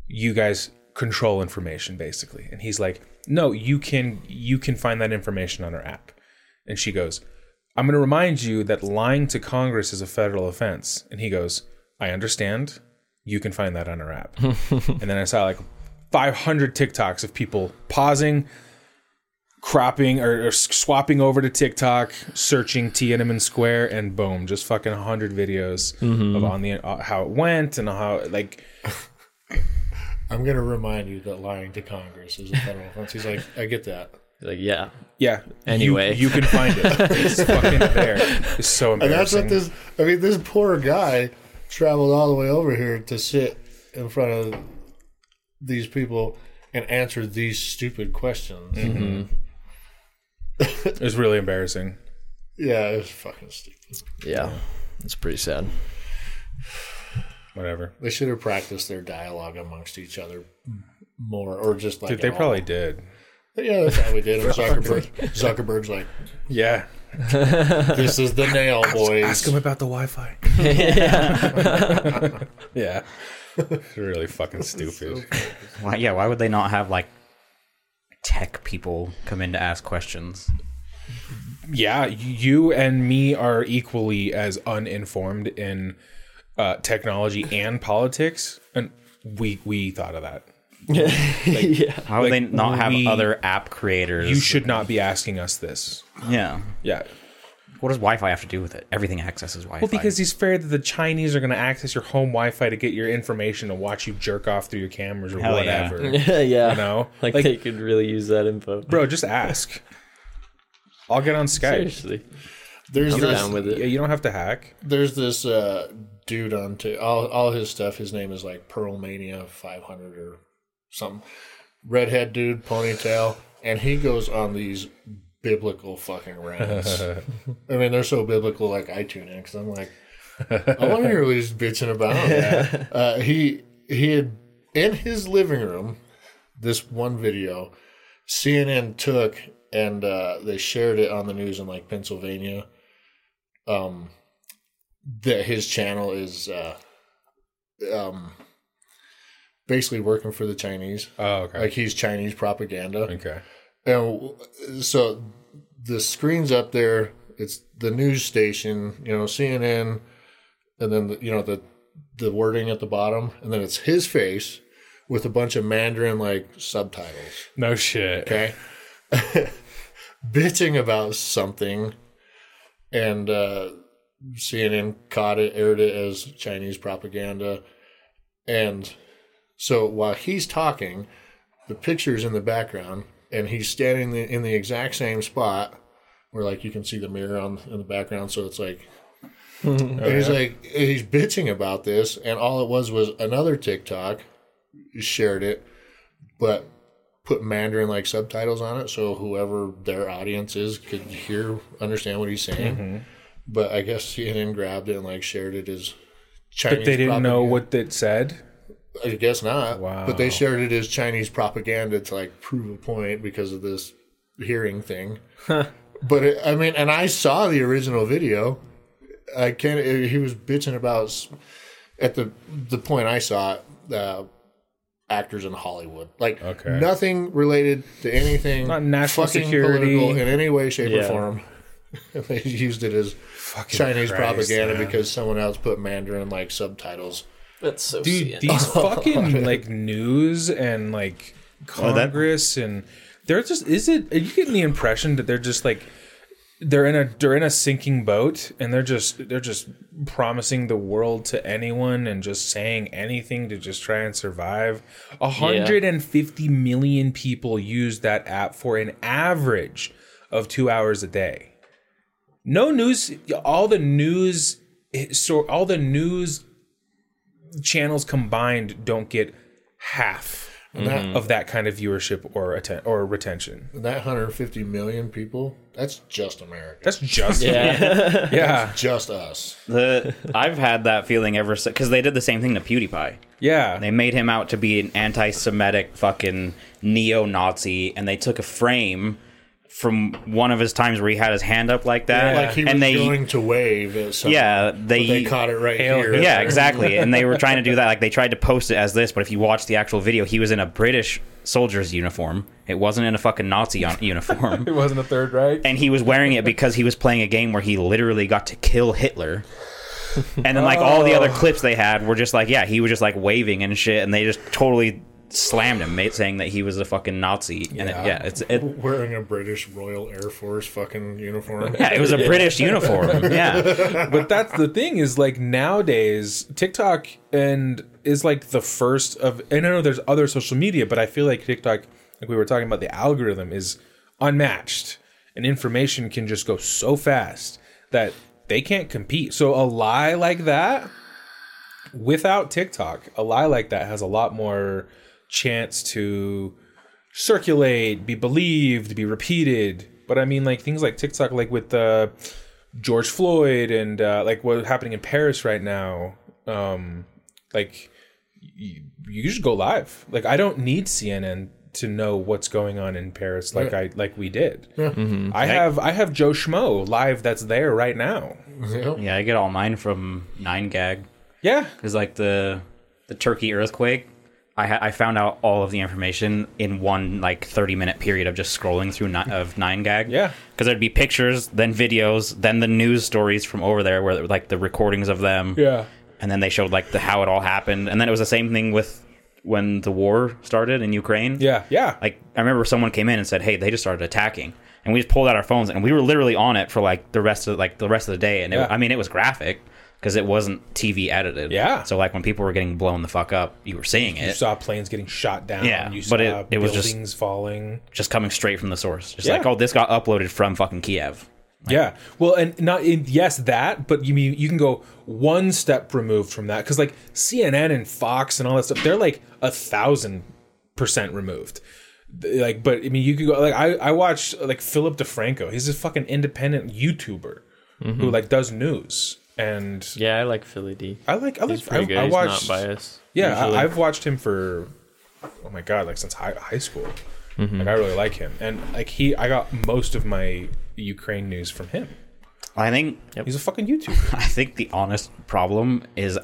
Speaker 1: you guys control information basically and he's like no you can you can find that information on our app and she goes i'm going to remind you that lying to congress is a federal offense and he goes i understand you can find that on our app and then i saw like 500 tiktoks of people pausing cropping or, or s- swapping over to tiktok searching tiananmen square and boom just fucking 100 videos of on the uh, how it went and how like
Speaker 5: I'm going to remind you that lying to Congress is a federal offense. He's like, I get that.
Speaker 2: Like, yeah.
Speaker 1: Yeah. You-
Speaker 2: Anyway.
Speaker 1: you, can find it. It's fucking there. It's so
Speaker 5: And that's
Speaker 1: embarrassing.
Speaker 5: what this, I mean, this poor guy traveled all the way over here to sit in front of these people and answer these stupid questions.
Speaker 1: It's really embarrassing.
Speaker 5: Yeah, it was fucking stupid.
Speaker 2: Yeah. It's pretty sad.
Speaker 1: Whatever.
Speaker 5: They should have practiced their dialogue amongst each other more, or just like oh.
Speaker 1: Dude, they
Speaker 5: at all.
Speaker 1: probably did.
Speaker 5: yeah, that's how we did. And Zuckerberg, Zuckerberg's like,
Speaker 1: Yeah.
Speaker 5: this is the nail, boys.
Speaker 1: Ask them about the Wi Fi. yeah. It's really fucking stupid.
Speaker 4: Why, yeah, why would they not have like tech people come in to ask questions?
Speaker 1: yeah, you and me are equally as uninformed in uh, technology and politics. And we we thought of that.
Speaker 2: yeah.
Speaker 4: Why would
Speaker 1: Like,
Speaker 4: they not have
Speaker 1: we-
Speaker 4: other app creators?
Speaker 1: You should not be asking us this.
Speaker 4: Yeah.
Speaker 1: Yeah.
Speaker 4: What does Wi-Fi have to do with it? Everything accesses Wi-Fi.
Speaker 1: Well, because he's afraid that the Chinese are going to access your home Wi-Fi to get your information and watch you jerk off through your cameras or
Speaker 4: Hell yeah.
Speaker 1: whatever.
Speaker 2: yeah.
Speaker 1: You know,
Speaker 2: Like,
Speaker 1: like,
Speaker 2: they could really use that info.
Speaker 1: bro, just ask. I'll get on Skype.
Speaker 2: Seriously.
Speaker 5: There's
Speaker 2: I'm
Speaker 5: this,
Speaker 2: down with
Speaker 1: Yeah,
Speaker 2: it.
Speaker 1: you don't have to hack.
Speaker 5: there's this uh, dude on t- all all his stuff. His name is like Pearlmania 500 or something. Redhead dude, ponytail, and he goes on these biblical fucking rants. I mean, they're so biblical. Like I tune in because I'm like, I want to hear what he's bitching about. Uh, he he had in his living room this one video. CNN took and uh, they shared it on the news in like Pennsylvania. Um, that his channel is uh, um, basically working for the Chinese.
Speaker 1: Oh, okay.
Speaker 5: Like he's Chinese propaganda.
Speaker 1: okay.
Speaker 5: And w- so the screen's up there. It's the news station, you know, CNN, and then the, you know the the wording at the bottom, and then it's his face with a bunch of Mandarin like subtitles
Speaker 1: No shit.
Speaker 5: okay bitching about something and uh, cnn caught it aired it as chinese propaganda and so while he's talking the picture's in the background and he's standing in the, in the exact same spot where like you can see the mirror on in the background so it's like
Speaker 1: Mm-hmm.
Speaker 5: and he's like he's bitching about this and all it was was another tiktok shared it but put Mandarin like subtitles on it, so whoever their audience is could hear understand what he's saying.
Speaker 1: Mm-hmm.
Speaker 5: But I guess CNN grabbed it and like shared it as Chinese.
Speaker 1: But they didn't know
Speaker 5: propaganda.
Speaker 1: what it said.
Speaker 5: I guess not.
Speaker 1: Wow.
Speaker 5: But they shared it as Chinese propaganda to like prove a point because of this hearing thing. but it, I mean, and I saw the original video. I can't. It, he was bitching about s- at the the point I saw it. Uh, actors in Hollywood, like
Speaker 1: Okay.
Speaker 5: nothing related to anything,
Speaker 1: Not national
Speaker 5: fucking
Speaker 1: security.
Speaker 5: political in any way, shape, or
Speaker 2: Yeah.
Speaker 5: form. they used it as Chinese
Speaker 1: Christ,
Speaker 5: propaganda
Speaker 1: man.
Speaker 5: because someone else put Mandarin like subtitles.
Speaker 2: That's so
Speaker 1: Dude,
Speaker 2: sad.
Speaker 1: these fucking like news and like
Speaker 4: that-
Speaker 1: Congress and they're just is it are you getting the impression that they're just like they're in a they're in a sinking boat and they're just they're just promising the world to anyone and just saying anything to just try and survive. A hundred and fifty million people use that app for an average of 2 hours a day no news all the news so all the news channels combined don't get half
Speaker 5: And that
Speaker 1: of that kind of viewership or atten- or retention.
Speaker 5: that 150 million people, that's just America.
Speaker 1: That's just yeah.
Speaker 2: Yeah.
Speaker 1: yeah,
Speaker 5: just us.
Speaker 4: The, I've had that feeling ever since because they did the same thing to PewDiePie. They made him out to be an anti-Semitic fucking neo-Nazi, and they took a frame from one of his times where he had his hand up like that,
Speaker 5: Like he was
Speaker 4: and they
Speaker 5: going to wave at something.
Speaker 4: yeah
Speaker 5: But
Speaker 4: they,
Speaker 5: they caught it right
Speaker 1: Hail
Speaker 5: here.
Speaker 1: Hitler.
Speaker 4: yeah exactly, and they were trying to do that like they tried to post it as this, but if you watch the actual video, he was in a British soldier's uniform. It wasn't in a fucking Nazi un- uniform.
Speaker 1: It wasn't a third right.
Speaker 4: and he was wearing it because he was playing a game where he literally got to kill Hitler. And then like all the other clips they had were just like, yeah, he was just like waving and shit, and they just totally slammed him, made, saying that he was a fucking Nazi. And it, yeah, it's it.
Speaker 5: Wearing a British Royal Air Force fucking uniform.
Speaker 4: Yeah, it was a British uniform. Yeah,
Speaker 1: but that's the thing is like nowadays TikTok and is like the first of and I know there's other social media, but I feel like TikTok, like we were talking about, the algorithm is unmatched, and information can just go so fast that they can't compete. So a lie like that, without TikTok, a lie like that has a lot more chance to circulate, be believed, be repeated. But I mean, like things like TikTok, like with the George Floyd and uh, like what's happening in Paris right now. Um, like you, you just go live. Like I don't need CNN to know what's going on in Paris. Like I like we did. I have I have Joe Schmo live that's there right now.
Speaker 4: yeah, I get all mine from Nine Gag
Speaker 1: Yeah,
Speaker 4: because like the the Turkey earthquake. I, ha- I found out all of the information in one like 30 minute period of just scrolling through ni- of nine gag
Speaker 1: Yeah.
Speaker 4: because there'd be pictures then videos then the news stories from over there where like the recordings of them
Speaker 1: yeah.
Speaker 4: and then they showed like the how it all happened and then it was the same thing with when the war started in ukraine
Speaker 1: Yeah, yeah.
Speaker 4: like i remember someone came in and said hey they just started attacking and we just pulled out our phones and we were literally on it for like the rest of like the rest of the day and it,
Speaker 1: Yeah.
Speaker 4: i mean it was graphic because it wasn't tv edited
Speaker 1: Yeah.
Speaker 4: so like when people were getting blown the fuck up you were seeing
Speaker 1: you
Speaker 4: it
Speaker 1: saw planes getting shot down.
Speaker 4: Yeah,
Speaker 1: you saw
Speaker 4: but it- it was just-
Speaker 1: buildings falling.
Speaker 4: just coming straight from the source just
Speaker 1: Yeah.
Speaker 4: like oh this got uploaded from fucking kiev
Speaker 1: yeah. Well, and not in, yes that, but you mean you can go one step removed from that because like CNN and Fox and all that stuff, they're like a thousand percent removed. Th- Like, but I mean, you could go like I I watched like Philip DeFranco. He's a fucking independent YouTuber who like does news and.
Speaker 2: yeah, I like Philly D.
Speaker 1: I like I like
Speaker 2: He's pretty
Speaker 1: I,
Speaker 2: good.
Speaker 1: I
Speaker 2: He's
Speaker 1: watched
Speaker 2: not biased.
Speaker 1: Yeah,
Speaker 2: usually.
Speaker 1: I, I've watched him for oh my god, like since high, high school.
Speaker 4: Mm-hmm.
Speaker 1: Like I really like him, and like he, I got most of my Ukraine news from him.
Speaker 4: i think
Speaker 1: He's a fucking YouTuber.
Speaker 4: i think the honest problem is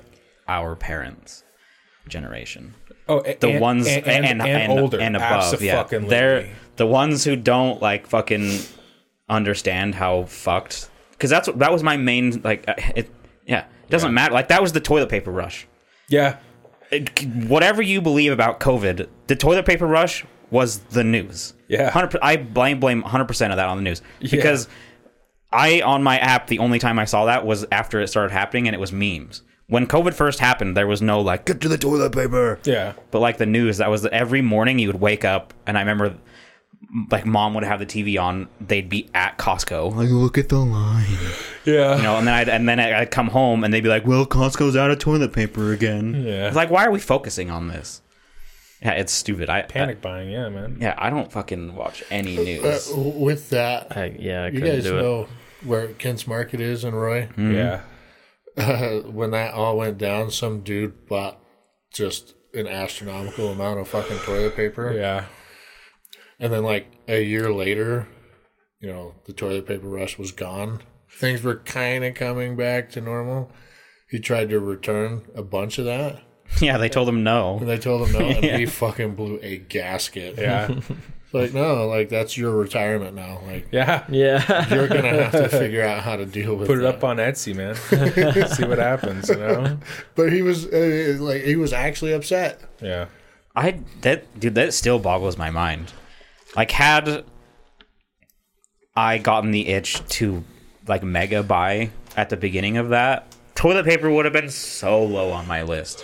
Speaker 4: our parents generation
Speaker 1: Oh, a-
Speaker 4: the
Speaker 1: and-
Speaker 4: ones
Speaker 1: and,
Speaker 4: and, and,
Speaker 1: older
Speaker 4: and above yeah
Speaker 1: abso-fucking-lutely.
Speaker 4: they're the ones who don't like fucking understand how fucked because that's what that was my main like uh, it yeah it doesn't matter like that was the toilet paper rush
Speaker 1: yeah,
Speaker 4: it, whatever you believe about covid the toilet paper rush was the news
Speaker 1: Yeah.
Speaker 4: 100 i blame blame 100% of that on the news because I on my app the only time I saw that was after it started happening and it was memes. When COVID first happened, there was no like get to the toilet paper.
Speaker 1: yeah,
Speaker 4: But like the news, that was every morning you would wake up, and I remember like mom would have the TV on. They'd be at Costco, like, you
Speaker 1: yeah,
Speaker 4: know, and then I'd and then I- I'd come home and they'd be like, "Well, Costco's out of toilet paper again."
Speaker 1: Yeah.
Speaker 4: It's like why are we focusing on this? Yeah, it's stupid. I
Speaker 1: panic buying. Yeah, man.
Speaker 4: I- yeah, I don't fucking watch any
Speaker 5: Uh,
Speaker 4: news.
Speaker 5: with that,
Speaker 2: I, yeah, I
Speaker 5: you
Speaker 2: couldn't
Speaker 5: guys
Speaker 2: do it.
Speaker 5: know where Kent's Market is in Roy?
Speaker 4: Mm-hmm.
Speaker 1: Yeah,
Speaker 5: When that all went down, some dude bought just an astronomical amount of fucking toilet paper.
Speaker 1: yeah.
Speaker 5: And then, like, a year later, you know, the toilet paper rush was gone. Things were kind of coming back to normal. He tried to return a bunch of that.
Speaker 4: yeah, they told him no.
Speaker 5: And they told him no, and he fucking blew a gasket.
Speaker 1: Yeah,
Speaker 5: It's like, no, like, that's your retirement now. Like,
Speaker 1: yeah.
Speaker 2: Yeah.
Speaker 5: you're going to have to figure out how to deal with
Speaker 1: Put it
Speaker 5: that.
Speaker 1: up on Etsy, man. See what happens. You know.
Speaker 5: But he was, uh, like, he was actually upset.
Speaker 1: Yeah.
Speaker 4: I that dude that still boggles my mind. Like had I gotten the itch to like mega buy at the beginning of that, toilet paper would have been so low on my list.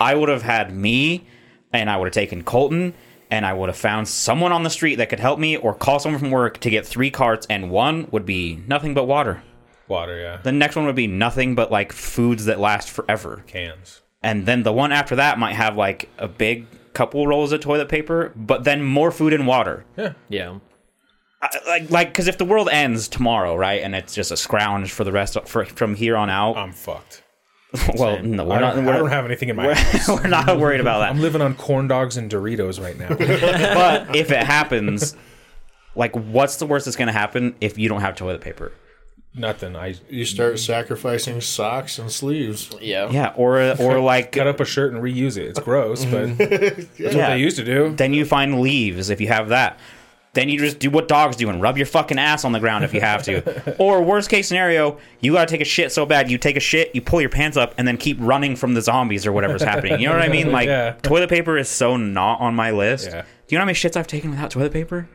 Speaker 4: I would have had me and I would have taken Colton and I would have found someone on the street that could help me or call someone from work to get three carts and one would be nothing but water.
Speaker 1: Water. Yeah.
Speaker 4: The next one would be nothing but like foods that last forever
Speaker 1: Cans.
Speaker 4: and then the one after that might have like a big couple rolls of toilet paper, but then more food and water.
Speaker 2: Yeah.
Speaker 4: I- like like because if the world ends tomorrow, right, and it's just a scrounge for the rest of, for, from here on out.
Speaker 1: I'm fucked.
Speaker 4: well, no, we're
Speaker 1: I
Speaker 4: not.
Speaker 1: don't, I don't
Speaker 4: We're,
Speaker 1: have anything in my. house.
Speaker 4: we're not worried about
Speaker 1: I'm
Speaker 4: that.
Speaker 1: living on corn dogs and Doritos right now.
Speaker 4: But if it happens, like, what's the worst that's gonna happen if you don't have toilet paper?
Speaker 1: Nothing. I Mm-hmm.
Speaker 5: You start sacrificing socks and sleeves.
Speaker 2: Yeah.
Speaker 4: Yeah, or or like
Speaker 1: cut up a shirt and reuse it. It's gross, but that's what
Speaker 4: yeah.
Speaker 1: they used to do.
Speaker 4: Then you find leaves if you have that. Then you just do what dogs do and rub your fucking ass on the ground if you have to. or worst case scenario, you gotta take a shit so bad you take a shit, you pull your pants up, and then keep running from the zombies or whatever's happening. You know what I mean? Like
Speaker 1: Yeah.
Speaker 4: toilet paper is so not on my list.
Speaker 1: Yeah.
Speaker 4: Do you know how many shits I've taken without toilet paper?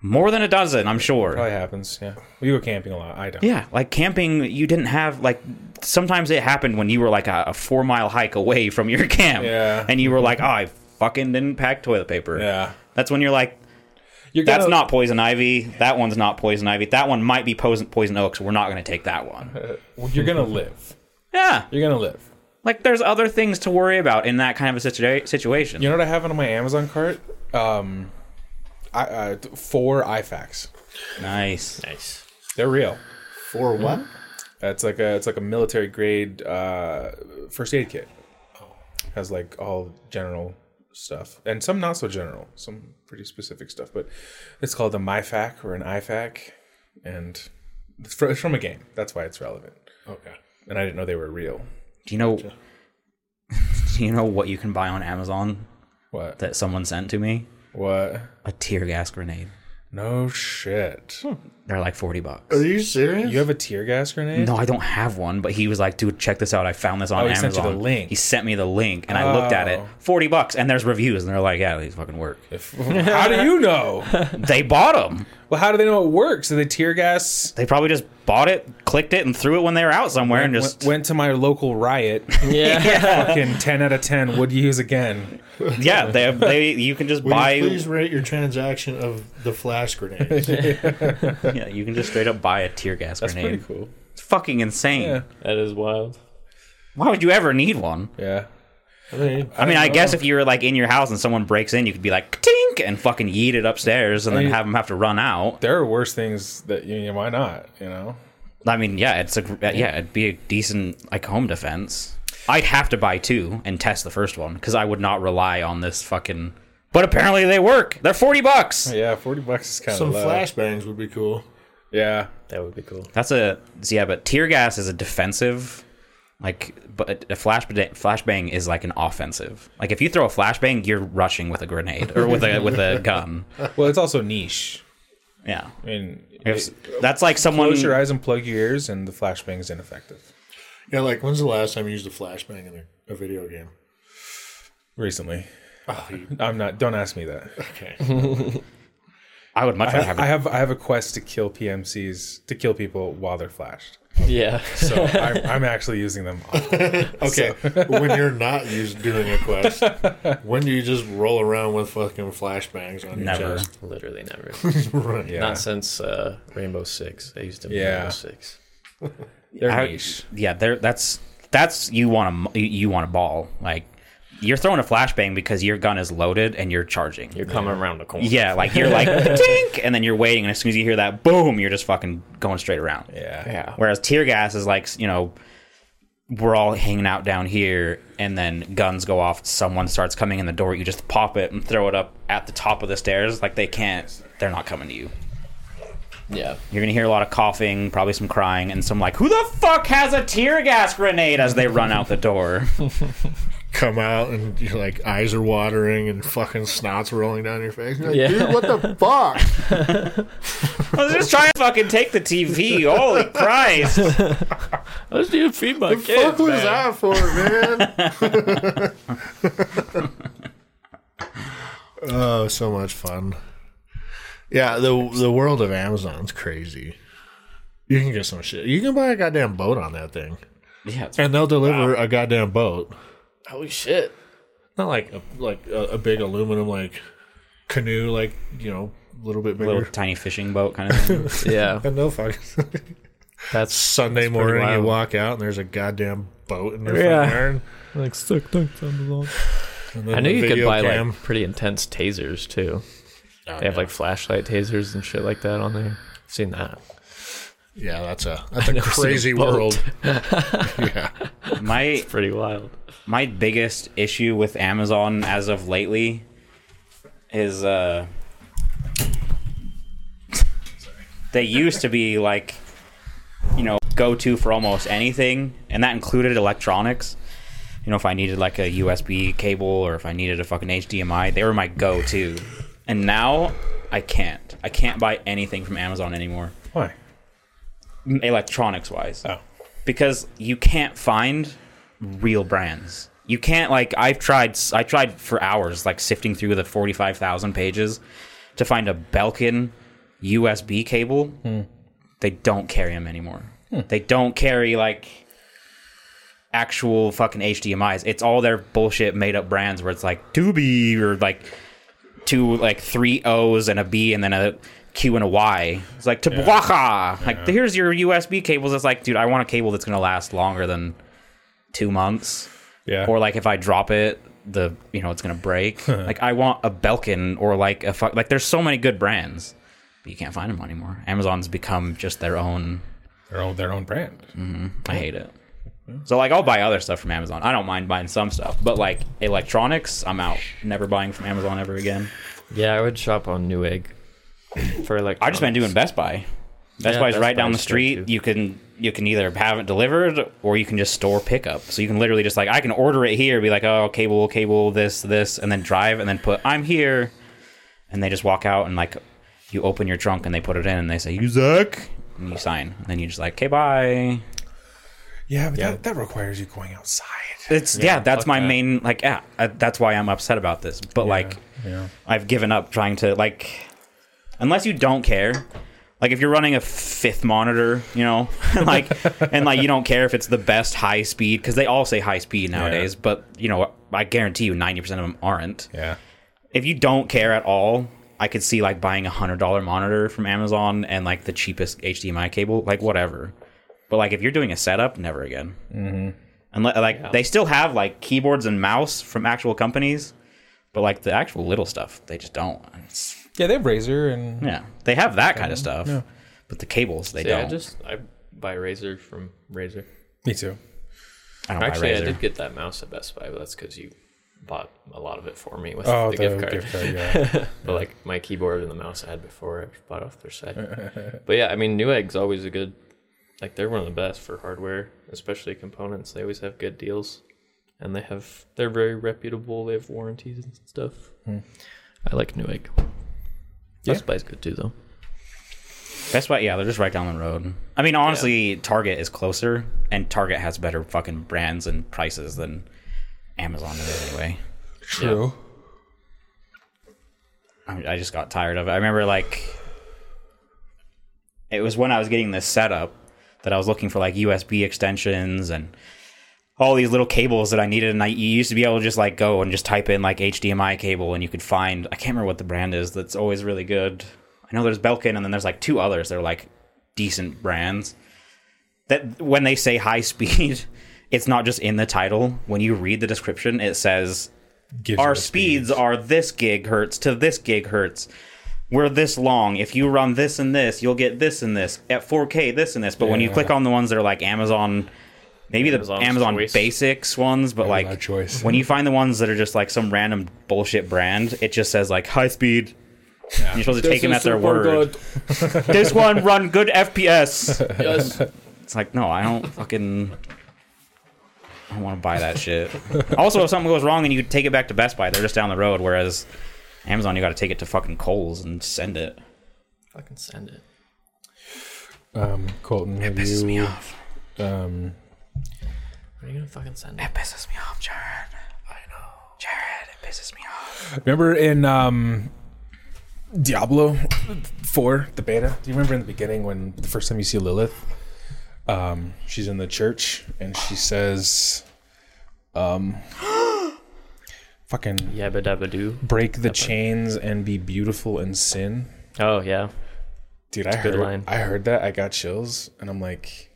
Speaker 4: More than a dozen, I'm sure.
Speaker 1: Probably happens. Yeah, we go camping a lot. I don't.
Speaker 4: Yeah, like camping, you didn't have like. Sometimes it happened when you were like a, a four mile hike away from your camp,
Speaker 1: Yeah.
Speaker 4: and you were like, "Oh, I fucking didn't pack toilet paper."
Speaker 1: Yeah.
Speaker 4: that's when you're like,
Speaker 1: You're
Speaker 4: "That's
Speaker 1: gonna-
Speaker 4: not poison ivy. That one's not poison ivy. That one might be poison poison oak. So we're not going to take that one."
Speaker 1: You're gonna live.
Speaker 4: Yeah,
Speaker 1: You're gonna live.
Speaker 4: like there's other things to worry about in that kind of a situa- situation.
Speaker 1: You know what I have on my Amazon cart? Um, I, uh, four IFACs.
Speaker 4: Nice.
Speaker 2: Nice.
Speaker 1: They're real.
Speaker 5: For what?
Speaker 1: It's like a it's like a military grade uh, first aid kit.
Speaker 4: Oh.
Speaker 1: Has like all general stuff and some not so general, some pretty specific stuff. But it's called a MyFac or an IFAC, and it's fr- it's from a game. That's why it's relevant.
Speaker 5: Okay.
Speaker 1: And I didn't know they were real.
Speaker 4: Do you know? Do you know what you can buy on Amazon
Speaker 1: What?
Speaker 4: that someone sent to me?
Speaker 1: What?
Speaker 4: A tear gas grenade.
Speaker 1: No shit.
Speaker 4: They're like forty bucks.
Speaker 5: Are you serious?
Speaker 1: You have a tear gas grenade?
Speaker 4: No, I don't have one, but he was like, dude, check this out. I found this on
Speaker 1: Oh, he
Speaker 4: Amazon.
Speaker 1: sent you the link.
Speaker 4: He sent me the link and I looked at it.
Speaker 1: Oh.
Speaker 4: 40 bucks. And there's reviews. And they're like, yeah, these fucking work.
Speaker 1: If- how do you know?
Speaker 4: they bought them.
Speaker 1: Well, how do they know it works? Do they tear gas?
Speaker 4: They probably just bought it, clicked it, and threw it when they were out somewhere and
Speaker 1: Went-
Speaker 4: just.
Speaker 1: went to my local riot.
Speaker 2: Yeah.
Speaker 1: Fucking ten out of ten. Would you use again?
Speaker 4: yeah, they, they you can just
Speaker 5: Will
Speaker 4: buy.
Speaker 5: you please rate your transaction of the flash grenades?
Speaker 4: yeah, you can just straight up buy a tear gas grenade.
Speaker 1: cool.
Speaker 4: It's fucking insane.
Speaker 1: Yeah.
Speaker 2: That is wild.
Speaker 4: Why would you ever need one?
Speaker 1: Yeah.
Speaker 5: I mean,
Speaker 4: I mean, I guess if you were like in your house and someone breaks in, you could be like, tink, and fucking yeet it upstairs and then
Speaker 1: mean-
Speaker 4: have them have to run out.
Speaker 1: There are worse things that you know, why not? You know.
Speaker 4: I mean, yeah, it's a yeah, it'd be a decent like home defense. I'd have to buy two and test the first one because I would not rely on this fucking. But apparently they work. They're forty bucks.
Speaker 1: Yeah, forty bucks is kind of
Speaker 5: some
Speaker 1: low.
Speaker 5: flashbangs would be cool.
Speaker 1: Yeah.
Speaker 2: That would be cool.
Speaker 4: That's a yeah, but tear gas is a defensive. Like, but a flash flashbang is like an offensive. Like, if you throw a flashbang, you're rushing with a grenade or with a with a gun.
Speaker 1: Well, it's also niche.
Speaker 4: Yeah,
Speaker 1: I mean,
Speaker 4: If- that's like someone.
Speaker 1: close your eyes and plug your ears, and the flashbang is ineffective.
Speaker 5: Yeah, like when's the last time you used a flashbang in a, a video game?
Speaker 1: Recently,
Speaker 5: Oh, you,
Speaker 1: I'm not. Don't ask me that.
Speaker 5: okay.
Speaker 4: I would much rather have.
Speaker 1: I
Speaker 4: A,
Speaker 1: have I have a quest to kill PMCs to kill people while they're flashed.
Speaker 2: Yeah.
Speaker 1: So I'm, I'm actually using them. often.
Speaker 5: Okay, when you're not used doing a quest, when do you just roll around with fucking flashbangs on your
Speaker 4: Never.
Speaker 5: chest?
Speaker 2: Literally never.
Speaker 5: Right.
Speaker 1: Yeah.
Speaker 2: Not since uh, Rainbow Six. I used to
Speaker 1: Yeah.
Speaker 2: Rainbow Six.
Speaker 1: They're
Speaker 4: I-
Speaker 1: niche.
Speaker 4: yeah, there. That's that's you want a you- you want a ball. Like you're throwing a flashbang because your gun is loaded and you're charging.
Speaker 2: You're coming around the corner.
Speaker 4: yeah, like you're like tink, and then you're waiting, and as soon as you hear that boom, you're just fucking going straight around.
Speaker 1: Yeah.
Speaker 2: Yeah.
Speaker 4: Whereas tear gas is like you know, we're all hanging out down here, and then guns go off. Someone starts coming in the door. You just pop it and throw it up at the top of the stairs. Like they can't. They're not coming to you.
Speaker 2: Yeah.
Speaker 4: You're gonna hear a lot of coughing, probably some crying, and some like, "Who the fuck has a tear gas grenade?" as they run out the door.
Speaker 5: Come out and you're like eyes are watering and fucking snots rolling down your face. You're like,
Speaker 2: Yeah.
Speaker 5: dude, what the fuck?
Speaker 4: I was just trying to fucking take the TV. Holy Christ!
Speaker 2: Let's do feed my
Speaker 5: fuck was that for, man? oh, so much fun. Yeah, the the world of Amazon's crazy. You can get some shit. You can buy a goddamn boat on that thing.
Speaker 2: Yeah. it's-
Speaker 5: And they'll deliver a goddamn boat.
Speaker 2: Holy shit.
Speaker 5: Not like a, like a, a big aluminum like canoe like, you know, a little bit bigger.
Speaker 4: Little tiny fishing boat kind of thing.
Speaker 2: Yeah.
Speaker 5: and they'll fucking
Speaker 2: That's
Speaker 5: Sunday morning you
Speaker 2: wild.
Speaker 5: walk out and there's a goddamn boat in their
Speaker 2: Yeah.
Speaker 5: front yard.
Speaker 6: Like stuck ducks on the lawn.
Speaker 5: And then
Speaker 2: I knew
Speaker 5: the
Speaker 2: you could
Speaker 5: video
Speaker 2: buy
Speaker 5: cam. Oh,
Speaker 2: like pretty intense tasers too. they have like flashlight tasers and shit like that on there. I've seen that.
Speaker 5: yeah, that's a that's a
Speaker 2: I've never seen a
Speaker 5: crazy
Speaker 2: boat.
Speaker 5: world. yeah,
Speaker 4: My
Speaker 2: Pretty wild.
Speaker 4: my biggest issue with Amazon as of lately is uh they used to be like you know go to for almost anything and that included electronics you know if i needed like a usb cable or if i needed a fucking hdmi they were my go to and now i can't i can't buy anything from amazon anymore
Speaker 1: Why?
Speaker 4: electronics wise
Speaker 1: Oh.
Speaker 4: because you can't find real brands. You can't like I've tried I tried for hours like sifting through the 45,000 pages to find a Belkin USB cable. They don't carry them anymore. They don't carry like actual fucking HDMIs. It's all their bullshit made up brands where it's like Tubi or like two like three O's and a B and then a Q and a Y. It's like Tabuaca. Like here's your USB cables. It's like, dude, I want a cable that's gonna last longer than two months.
Speaker 1: Yeah.
Speaker 4: Or like if I drop it, the you know it's gonna break. like I want a Belkin or like a fu- like. There's so many good brands, but you can't find them anymore. Amazon's become just their own.
Speaker 1: their own their own brand.
Speaker 4: I hate it. So like I'll buy other stuff from Amazon. I don't mind buying some stuff, but like electronics, I'm out. Never buying from Amazon ever again.
Speaker 2: Yeah, I would shop on Newegg for like.
Speaker 4: I just been doing Best Buy. Best
Speaker 2: Yeah,
Speaker 4: Buy's
Speaker 2: Best
Speaker 4: right down
Speaker 2: Buy's
Speaker 4: the
Speaker 2: good,
Speaker 4: street.
Speaker 2: too.
Speaker 4: You can you can either have it delivered or you can just store pickup. So you can literally just like I can order it here, be like, oh cable, cable, this, this, and then drive and then put I'm here, and they just walk out and like you open your trunk and they put it in and they say you Zach and you sign and then you just like okay bye.
Speaker 1: Yeah, but That, that requires you going outside.
Speaker 4: It's yeah, that's
Speaker 2: fuck
Speaker 4: my
Speaker 2: that.
Speaker 4: main like yeah, uh, that's why I'm upset about this. But like
Speaker 1: Yeah.
Speaker 4: I've given up trying to like unless you don't care. Like if you're running a fifth monitor, you know, like and like you don't care if it's the best high speed because they all say high speed nowadays, but you know, I guarantee you 90% of them aren't.
Speaker 1: Yeah.
Speaker 4: If you don't care at all, I could see like buying a $100 monitor from Amazon and like the cheapest HDMI cable, like whatever. But like if you're doing a setup, never again. Mm-hmm. And li- like they still have like keyboards and mouse from actual companies, but like the actual little stuff, they just don't. It's
Speaker 1: Yeah, they have Razor and
Speaker 4: yeah, they have that kind of stuff, but the cables they
Speaker 2: Yeah, I
Speaker 4: don't.
Speaker 2: just I buy Razor from Razor.
Speaker 1: me too.
Speaker 4: I don't
Speaker 2: Actually,
Speaker 4: buy
Speaker 2: I
Speaker 4: Razer.
Speaker 2: did get that mouse at Best Buy, but that's because you bought a lot of it for me with
Speaker 1: Oh,
Speaker 2: the,
Speaker 1: the,
Speaker 2: gift card.
Speaker 1: yeah.
Speaker 2: But like my keyboard and the mouse I had before, I bought off their site. but yeah, I mean, Newegg's always a good. Like they're one of the best for hardware, especially components. They always have good deals, and they have they're very reputable. They have warranties and stuff. I like Newegg. Best Buy's good too, though.
Speaker 4: Best Buy, yeah, they're just right down the road. I mean, honestly, Target is closer, and Target has better fucking brands and prices than Amazon does anyway.
Speaker 1: True.
Speaker 4: I I just got tired of it. I remember like it was when I was getting this setup that I was looking for like USB extensions and all these little cables that I needed. And I you used to be able to just like go and just type in like HDMI cable and you could find I can't remember what the brand is that's always really good. I know there's Belkin and then there's like two others that are like decent brands. That when they say high speed, it's not just in the title. When you read the description, it says
Speaker 1: Gives you
Speaker 4: our
Speaker 1: the
Speaker 4: speeds are this gig hertz to this gig hertz. We're this long. If you run this and this, you'll get this and this at 4K, this and this. But when you
Speaker 1: Yeah.
Speaker 4: click on the ones that are like Amazon, maybe
Speaker 2: Amazon's
Speaker 4: the Amazon
Speaker 2: choice.
Speaker 4: Basics ones, but
Speaker 1: Amazon
Speaker 4: like
Speaker 1: choice.
Speaker 4: when you find the ones that are just like some random bullshit brand, it just says like high speed. You're supposed to take them at their word. This one run good FPS.
Speaker 2: Yes,
Speaker 4: It's like no, I don't fucking. I don't want to buy that shit. also, if something goes wrong and you take it back to Best Buy, they're just down the road. Whereas Amazon, you got to take it to fucking Kohl's and send it.
Speaker 2: fucking send it.
Speaker 1: Um, Colton, have
Speaker 4: Pisses me
Speaker 1: you
Speaker 4: off.
Speaker 1: um,
Speaker 2: Are you gonna fucking send it?
Speaker 4: It pisses me off, Jared. I know. Jared, it pisses me off.
Speaker 1: remember in um, Diablo Four, the beta? Do you remember in the beginning when the first time you see Lilith? Um, she's in the church and she says, um, "Fucking
Speaker 2: Yabba dabba doo.
Speaker 1: break the chains and be beautiful in sin."
Speaker 2: Oh yeah,
Speaker 1: Dude, I
Speaker 2: good
Speaker 1: heard
Speaker 2: line.
Speaker 1: I heard that. I got chills, and I'm like,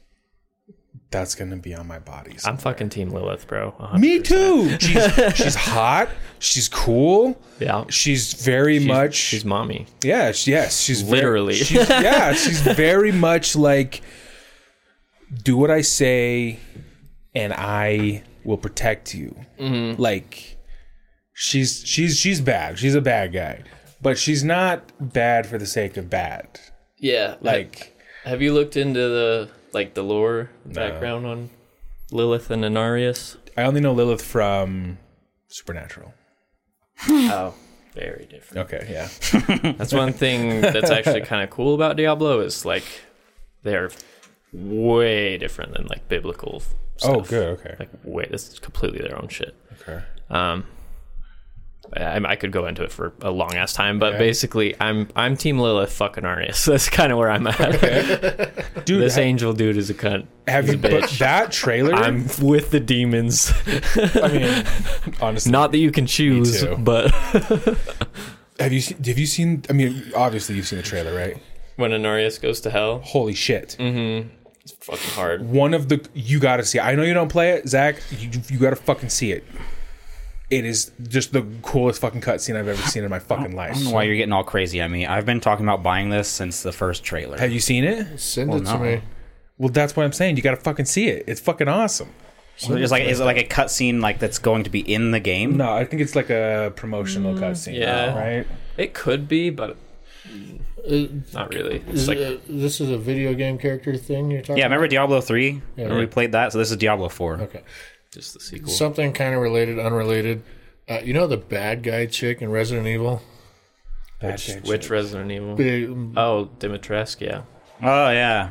Speaker 1: that's gonna be on my body.
Speaker 2: I'm fucking Team Lilith, bro. Uh-huh.
Speaker 1: Me too. She's she's hot. She's cool.
Speaker 2: Yeah.
Speaker 1: She's very
Speaker 2: She's-
Speaker 1: much.
Speaker 2: She's mommy.
Speaker 1: yeah. She, yes. She's very-
Speaker 2: Literally.
Speaker 1: she's, yeah. She's very much like do what I say, and I will protect you.
Speaker 2: Mm-hmm.
Speaker 1: Like she's she's she's bad. She's a bad guy, but she's not bad for the sake of bad.
Speaker 2: Yeah.
Speaker 1: Like
Speaker 2: Have you looked into the like the lore background on Lilith and Anarius?
Speaker 1: I only know Lilith from Supernatural.
Speaker 2: Oh, very different.
Speaker 1: Okay. Yeah.
Speaker 2: That's one thing that's actually kind of cool about Diablo is like they're way different than like biblical. Stuff.
Speaker 1: Oh, good. Okay.
Speaker 2: Like way, this is completely their own shit.
Speaker 1: Okay.
Speaker 2: Um, I, I could go into it for a long ass time, but basically, I'm I'm Team Lilith, fucking Arius. That's kind of where I'm at.
Speaker 1: Dude,
Speaker 2: this
Speaker 1: ha-
Speaker 2: angel dude is a cunt.
Speaker 1: have you but that trailer?
Speaker 2: I'm with the demons.
Speaker 1: I mean, honestly,
Speaker 2: Not that you can choose,
Speaker 1: too.
Speaker 2: but
Speaker 1: Have you seen, have you seen? I mean, obviously you've seen the trailer, right?
Speaker 2: when Anarius goes to hell,
Speaker 1: Holy shit!
Speaker 2: it's fucking hard.
Speaker 1: One of the you got to see. it. I know you don't play it, Zach. You, you got to fucking see it. It is just the coolest fucking cutscene I've ever seen in my fucking life.
Speaker 4: don't know why you're getting all crazy at me. I've been talking about buying this since the first trailer.
Speaker 1: Have you seen it?
Speaker 5: Send it
Speaker 4: no.
Speaker 5: to me.
Speaker 1: Well, that's what I'm saying. You got to fucking see it. It's fucking awesome.
Speaker 4: So it's like is it like a cutscene like that's going to be in the game?
Speaker 1: No, I think it's like a
Speaker 4: Mm,
Speaker 1: promotional cutscene.
Speaker 2: yeah.
Speaker 1: right.
Speaker 2: It could be, but
Speaker 5: Uh,
Speaker 2: not really. It's
Speaker 5: is
Speaker 2: like
Speaker 5: it a- this is a video game character thing you're talking
Speaker 4: Yeah, remember Diablo three? Remember we
Speaker 2: Right.
Speaker 4: played that? So this is Diablo four.
Speaker 5: about? Okay.
Speaker 2: just the sequel.
Speaker 5: Something kind of related, unrelated. Uh, you know the bad guy chick in Resident Evil?
Speaker 1: Bad bitch.
Speaker 2: Which Resident Evil?
Speaker 5: The,
Speaker 2: Oh, Dimitrescu. Yeah.
Speaker 4: Oh yeah.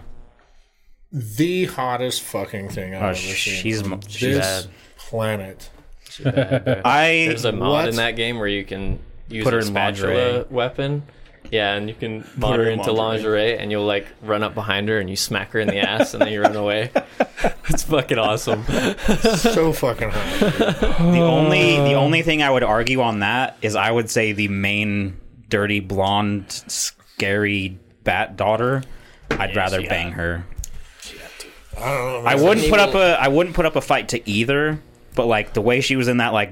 Speaker 5: the hottest fucking thing I've
Speaker 4: Oh,
Speaker 5: ever seen.
Speaker 4: she's m- she's
Speaker 5: This
Speaker 2: bad.
Speaker 5: planet.
Speaker 4: I
Speaker 2: There's a mod
Speaker 5: What?
Speaker 2: in that game where you can use
Speaker 4: Put her
Speaker 2: a
Speaker 4: in
Speaker 2: spatula
Speaker 4: lingerie.
Speaker 2: weapon. Yeah, and you can mod her
Speaker 4: in
Speaker 2: into
Speaker 4: lingerie.
Speaker 2: lingerie, and you'll like run up behind her and you smack her in the ass, and then you run away. It's fucking awesome.
Speaker 5: So fucking hot.
Speaker 4: the only the only thing I would argue on that is I would say the main dirty blonde scary bat daughter. I'd rather bang her.
Speaker 5: I don't know.
Speaker 4: I
Speaker 5: man.
Speaker 4: wouldn't put up
Speaker 2: evil-
Speaker 4: a I wouldn't put up a fight to either, but like the way she was in that like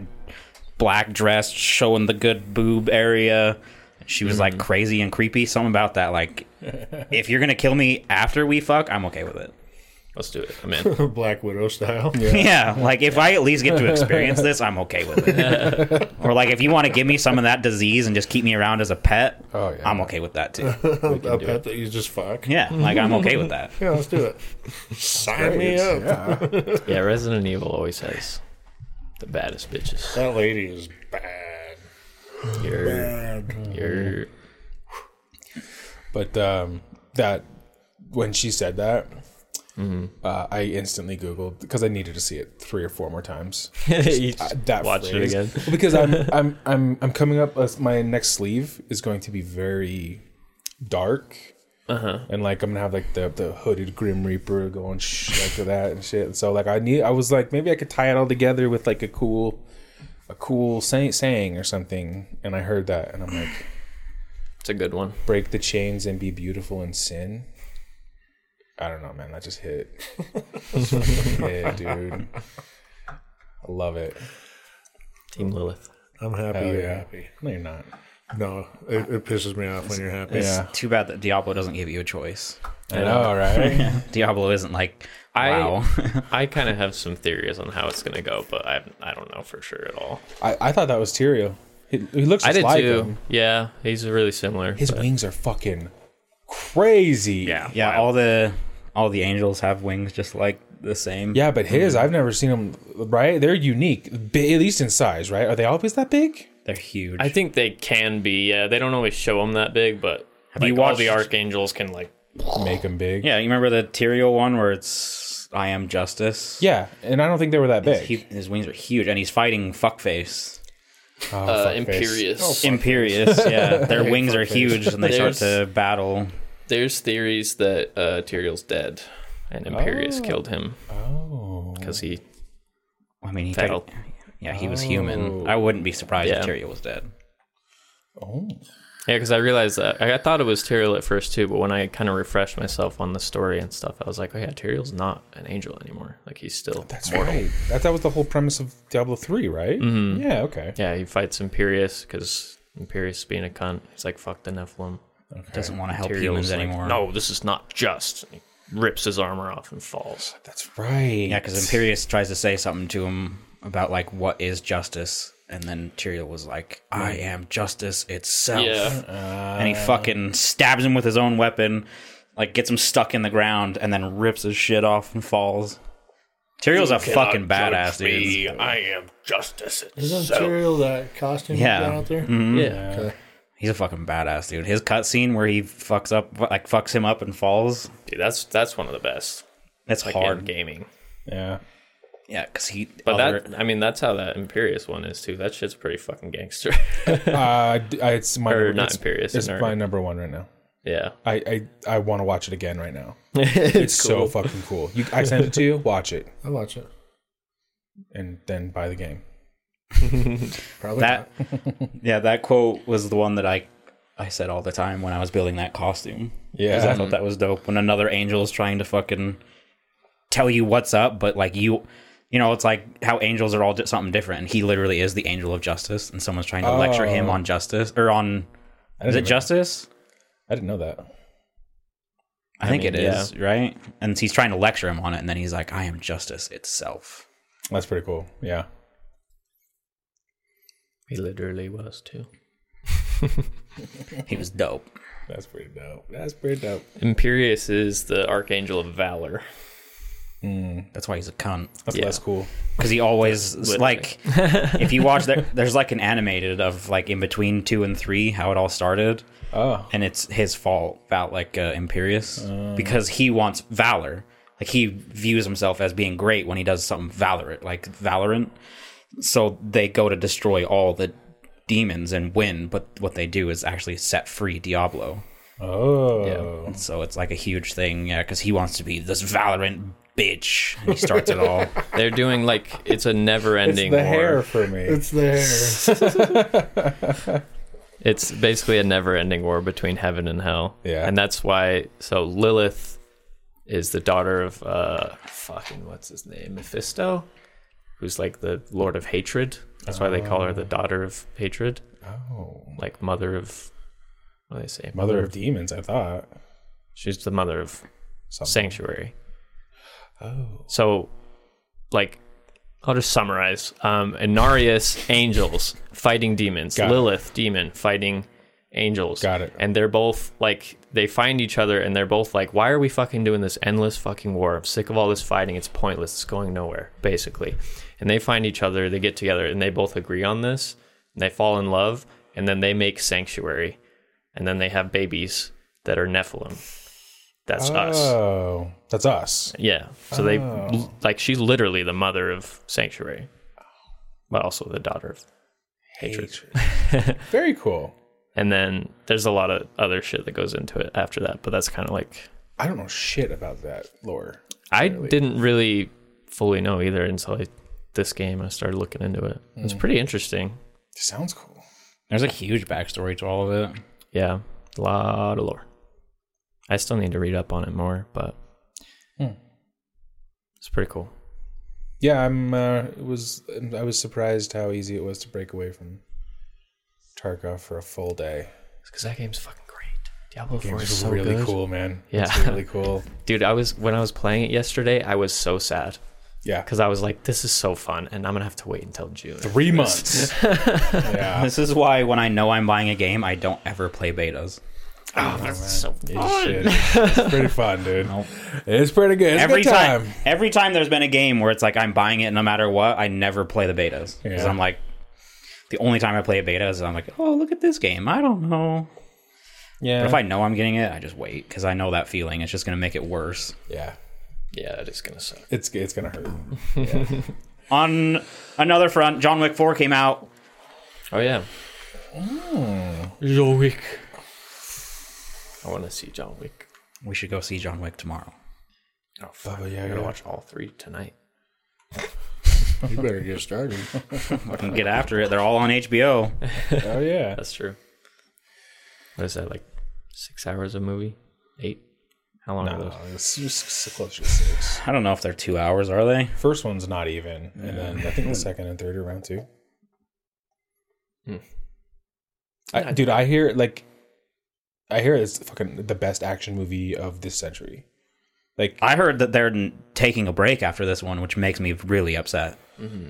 Speaker 4: black dress showing the good boob area, she was like crazy and creepy. Something about that like if you're going to kill me after we fuck, I'm okay with it.
Speaker 2: Let's do it. I'm in.
Speaker 5: Black Widow style.
Speaker 4: Yeah, like if I at least get to experience this, I'm okay with it. or like if you want to give me some of that disease and just keep me around as a pet,
Speaker 1: Oh, yeah.
Speaker 4: I'm okay with that too.
Speaker 5: a pet that you just fuck. Yeah,
Speaker 4: Yeah, like I'm okay with that.
Speaker 5: let's do it. Sign me up.
Speaker 2: Yeah, Resident Evil always has the baddest bitches.
Speaker 5: That lady is bad.
Speaker 2: You're, you're,
Speaker 1: But um, that when she said that, uh, I instantly Googled because I needed to see it three or four more times.
Speaker 2: you
Speaker 1: Uh,
Speaker 2: just
Speaker 1: that
Speaker 2: watch
Speaker 1: phrase.
Speaker 2: it again.
Speaker 1: Well, because I'm I'm I'm I'm coming up. As my next sleeve is going to be very dark,
Speaker 2: Uh-huh.
Speaker 1: and like I'm gonna have like the the hooded Grim Reaper going shh like that and shit. And so like I need I was like maybe I could tie it all together with like a cool a cool say, saying or something. And I heard that, and I'm like.
Speaker 2: It's a good one.
Speaker 1: break the chains and be beautiful in sin. I don't know, man. That just hit. yeah, dude. I love it.
Speaker 2: Team Lilith.
Speaker 5: I'm happy
Speaker 1: Hell
Speaker 5: you're
Speaker 1: Oh, yeah.
Speaker 5: happy.
Speaker 1: No, you're not.
Speaker 5: No, it, it pisses me off when you're happy.
Speaker 1: Yeah.
Speaker 4: Too bad that Diablo doesn't give you a choice.
Speaker 1: I know, right?
Speaker 4: Diablo isn't like
Speaker 2: I-
Speaker 4: wow.
Speaker 2: I kind of have some theories on how it's gonna go, but I I don't know for sure at all.
Speaker 1: I, I thought that was Tyrio. He, he looks
Speaker 2: I
Speaker 1: just
Speaker 2: did
Speaker 1: like
Speaker 2: too.
Speaker 1: him.
Speaker 2: Yeah, he's really similar.
Speaker 1: His
Speaker 2: but-
Speaker 1: wings are fucking crazy.
Speaker 2: yeah,
Speaker 4: yeah,
Speaker 2: wow.
Speaker 4: all the all the angels have wings just like the same.
Speaker 1: Yeah, but his, I've never seen them, right? They're unique, bi- at least in size, right? Are they always that big?
Speaker 4: They're huge.
Speaker 2: I think they can be. Yeah, they don't always show them that big, but like,
Speaker 4: you
Speaker 2: all the
Speaker 4: watched-
Speaker 2: archangels can like.
Speaker 1: Make them big.
Speaker 4: yeah, you remember the Tyrael one where it's I am justice?
Speaker 1: Yeah, and I don't think they were that big.
Speaker 4: He, his wings are huge and he's fighting fuckface.
Speaker 1: Oh,
Speaker 2: Uh,
Speaker 1: fuckface.
Speaker 2: imperious.
Speaker 4: Imperious, yeah. Their wings are huge and they start
Speaker 2: There's-
Speaker 4: to battle.
Speaker 2: There's theories that uh, Tyrael's dead, and Imperius killed him
Speaker 1: Oh.
Speaker 2: because he.
Speaker 4: I mean, he
Speaker 2: Fell.
Speaker 4: tec- yeah, he was human. I wouldn't be surprised if
Speaker 2: Yeah.
Speaker 4: Tyrael was dead.
Speaker 1: Oh.
Speaker 2: Yeah, because I realized that I, I thought it was Tyrael at first too, but when I kind of refreshed myself on the story and stuff, I was like, oh yeah, Tyrael's not an angel anymore. Like he's still
Speaker 1: That's right. That, that was the whole premise of Diablo 3, right? Yeah, okay.
Speaker 2: Mm-hmm. yeah. He fights Imperius because Imperius being a cunt, he's like fuck the Nephilim.
Speaker 4: Doesn't want to help
Speaker 2: Tyrael's
Speaker 4: humans
Speaker 2: like,
Speaker 4: anymore.
Speaker 2: No, this is not just. And he rips his armor off and falls.
Speaker 1: That's right.
Speaker 4: Yeah, because Imperius tries to say something to him about like what is justice, and then Tyrael was like, "I am justice itself,"
Speaker 2: Yeah.
Speaker 4: and he fucking stabs him with his own weapon, like gets him stuck in the ground, and then rips his shit off and falls. Tyrael's a fucking badass, dude.
Speaker 3: I am justice.
Speaker 5: Isn't Tyrael that costume
Speaker 4: Yeah.
Speaker 5: down out there?
Speaker 4: Mm.
Speaker 2: Yeah.
Speaker 5: Okay.
Speaker 4: He's a fucking badass, dude. His cutscene where he fucks up, like fucks him up and falls.
Speaker 2: Dude, that's that's one of the best.
Speaker 4: That's
Speaker 2: Like in
Speaker 4: hard.
Speaker 2: gaming.
Speaker 1: Yeah.
Speaker 4: Yeah, because he.
Speaker 2: But
Speaker 4: other-
Speaker 2: that I mean that's how that Imperius one is too. That shit's pretty fucking gangster.
Speaker 1: Uh, d- I- it's my
Speaker 2: Or
Speaker 1: number-
Speaker 2: not
Speaker 1: it's,
Speaker 2: Imperious,
Speaker 1: It's
Speaker 2: or-
Speaker 1: my number one right now.
Speaker 2: yeah.
Speaker 1: I I, I want to watch it again right now. it's so fucking cool. You, I send it to you. Watch it,
Speaker 5: I watch it.
Speaker 1: and then buy the game.
Speaker 5: Probably not.
Speaker 4: that yeah that quote was the one that i i said all the time when i was building that costume 'Cause i
Speaker 1: Yeah,
Speaker 4: thought that was dope when another angel is trying to fucking tell you what's up but like you you know it's like how angels are all di- something different and he literally is the angel of justice and someone's trying to lecture him on justice or on is it
Speaker 1: even-
Speaker 4: justice
Speaker 1: I didn't know that.
Speaker 4: i, think
Speaker 2: mean,
Speaker 4: it is right and he's trying to lecture him on it and then he's like i am justice itself
Speaker 1: That's pretty cool. Yeah,
Speaker 2: He literally was too.
Speaker 4: he was dope
Speaker 1: that's pretty dope. That's pretty dope.
Speaker 2: Imperius is the Archangel of Valor.
Speaker 4: that's why he's a cunt
Speaker 1: That's
Speaker 2: Yeah.
Speaker 1: less cool.
Speaker 4: because he always like if you watch that there's like an animated of like in between two and three how it all started
Speaker 1: Oh,
Speaker 4: and it's his fault about like uh, imperious because he wants valor like he views himself as being great when he does something valorant like valorant so they go to destroy all the demons and win but what they do is actually set free diablo
Speaker 1: oh,
Speaker 4: so it's like a huge thing yeah because he wants to be this valorant bitch and he starts it all
Speaker 2: They're doing like it's a
Speaker 1: it's
Speaker 2: never-ending
Speaker 1: the
Speaker 2: war.
Speaker 1: hair for me.
Speaker 5: It's there.
Speaker 2: It's basically a never-ending war between heaven and hell.
Speaker 1: Yeah.
Speaker 2: and that's why. So Lilith is the daughter of uh, fucking what's his name, Mephisto, who's like the Lord of Hatred. That's why they call her the daughter of hatred,
Speaker 1: oh,
Speaker 2: like mother of. What do they say?
Speaker 1: mother of demons. I thought.
Speaker 2: She's the mother of
Speaker 1: Something.
Speaker 2: sanctuary. Oh. So, like, I'll just summarize. Um, Inarius, angels fighting demons.
Speaker 1: Got it.
Speaker 2: Lilith, demon fighting angels.
Speaker 1: Got it.
Speaker 2: And they're both like they find each other, and they're both like, "Why are we fucking doing this endless fucking war? I'm sick of all this fighting. It's pointless. It's going nowhere." Basically, and they find each other. They get together, and they both agree on this. And they fall in love, and then they make sanctuary, and then they have babies that are Nephilim. That's us.
Speaker 1: Oh, that's us.
Speaker 2: Yeah. So they like she's literally the mother of Sanctuary, but also the daughter of Hatred.
Speaker 1: Very cool.
Speaker 2: And then there's a lot of other shit that goes into it after that, but that's kind of like
Speaker 1: I don't know shit about that lore.
Speaker 2: I didn't really fully know either until I, this game. I started looking into it. It's pretty interesting.
Speaker 1: Sounds cool.
Speaker 4: There's a huge backstory to all of it.
Speaker 2: Yeah, a lot of lore. I still need to read up on it more, but it's pretty cool.
Speaker 1: Yeah, I'm. Uh, it was. I was surprised how easy it was to break away from Tarkov for a full day.
Speaker 2: Because that game's fucking great. Diablo
Speaker 1: It
Speaker 2: 4
Speaker 1: was
Speaker 2: is so
Speaker 1: really
Speaker 2: good.
Speaker 1: cool, man.
Speaker 2: Yeah.
Speaker 1: it's really cool.
Speaker 2: Dude, I was when I was playing it yesterday, I was so sad.
Speaker 1: Yeah,
Speaker 2: because I was like, this is so fun, and I'm gonna have to wait until June.
Speaker 1: three months. yeah,
Speaker 4: This is why when I know I'm buying a game, I don't ever play betas.
Speaker 2: Oh,
Speaker 1: it's, shit. it's pretty fun, dude. It's pretty good. It's a
Speaker 4: Every
Speaker 1: good
Speaker 4: time, every time there's been a game where it's like I'm buying it no matter what, I never play the betas because
Speaker 1: Yeah.
Speaker 4: I'm like, the only time I play a beta is I'm like, oh look at this game, I don't know.
Speaker 1: Yeah,
Speaker 4: But if I know I'm getting it, I just wait because I know that feeling. It's just gonna make it worse.
Speaker 1: yeah,
Speaker 2: Yeah, that is gonna suck.
Speaker 1: it's it's gonna hurt.
Speaker 2: Oh,
Speaker 4: On another front, John Wick 4 came out.
Speaker 2: Oh yeah, Mm.
Speaker 1: You're weak.
Speaker 2: I want to see John Wick.
Speaker 4: We should go see John Wick tomorrow.
Speaker 2: Oh fuck,
Speaker 1: Oh, yeah,
Speaker 2: I gotta
Speaker 1: yeah.
Speaker 2: watch all three tonight.
Speaker 5: you better get started.
Speaker 4: Fucking Get after it. They're all on HBO.
Speaker 1: Oh yeah.
Speaker 2: That's true. What is that like? Six hours of movie? Eight? How long are
Speaker 1: No,
Speaker 2: those?
Speaker 1: it's just close to six.
Speaker 4: I don't know if they're two hours, are they?
Speaker 1: First one's not even, and then I think the second and third are round two.
Speaker 2: Hmm.
Speaker 1: I, dude, I hear like, I hear it's fucking the best action movie of this century. Like,
Speaker 4: I heard that they're n- taking a break after this one, which makes me really upset.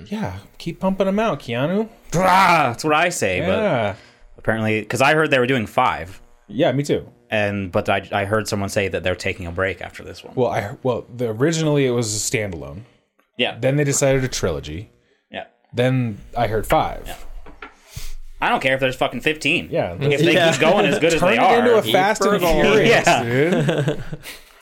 Speaker 1: yeah, keep pumping them out, Keanu.
Speaker 4: Brah, Ah, that's what I say,
Speaker 1: Yeah,
Speaker 4: but apparently, because I heard they were doing five,
Speaker 1: yeah, me too.
Speaker 4: and but I, I heard someone say that they're taking a break after this one.
Speaker 1: Well, I well, the, originally it was a standalone.
Speaker 4: Yeah,
Speaker 1: Then they decided a trilogy.
Speaker 4: yeah.
Speaker 1: Then I heard five.
Speaker 4: I don't care if there's fucking fifteen.
Speaker 1: Yeah,
Speaker 4: if they keep going as good as
Speaker 1: Turn
Speaker 4: they
Speaker 1: it
Speaker 4: are,
Speaker 1: into a Fast and
Speaker 2: Fergal.
Speaker 1: Furious,
Speaker 4: Yeah.
Speaker 1: dude.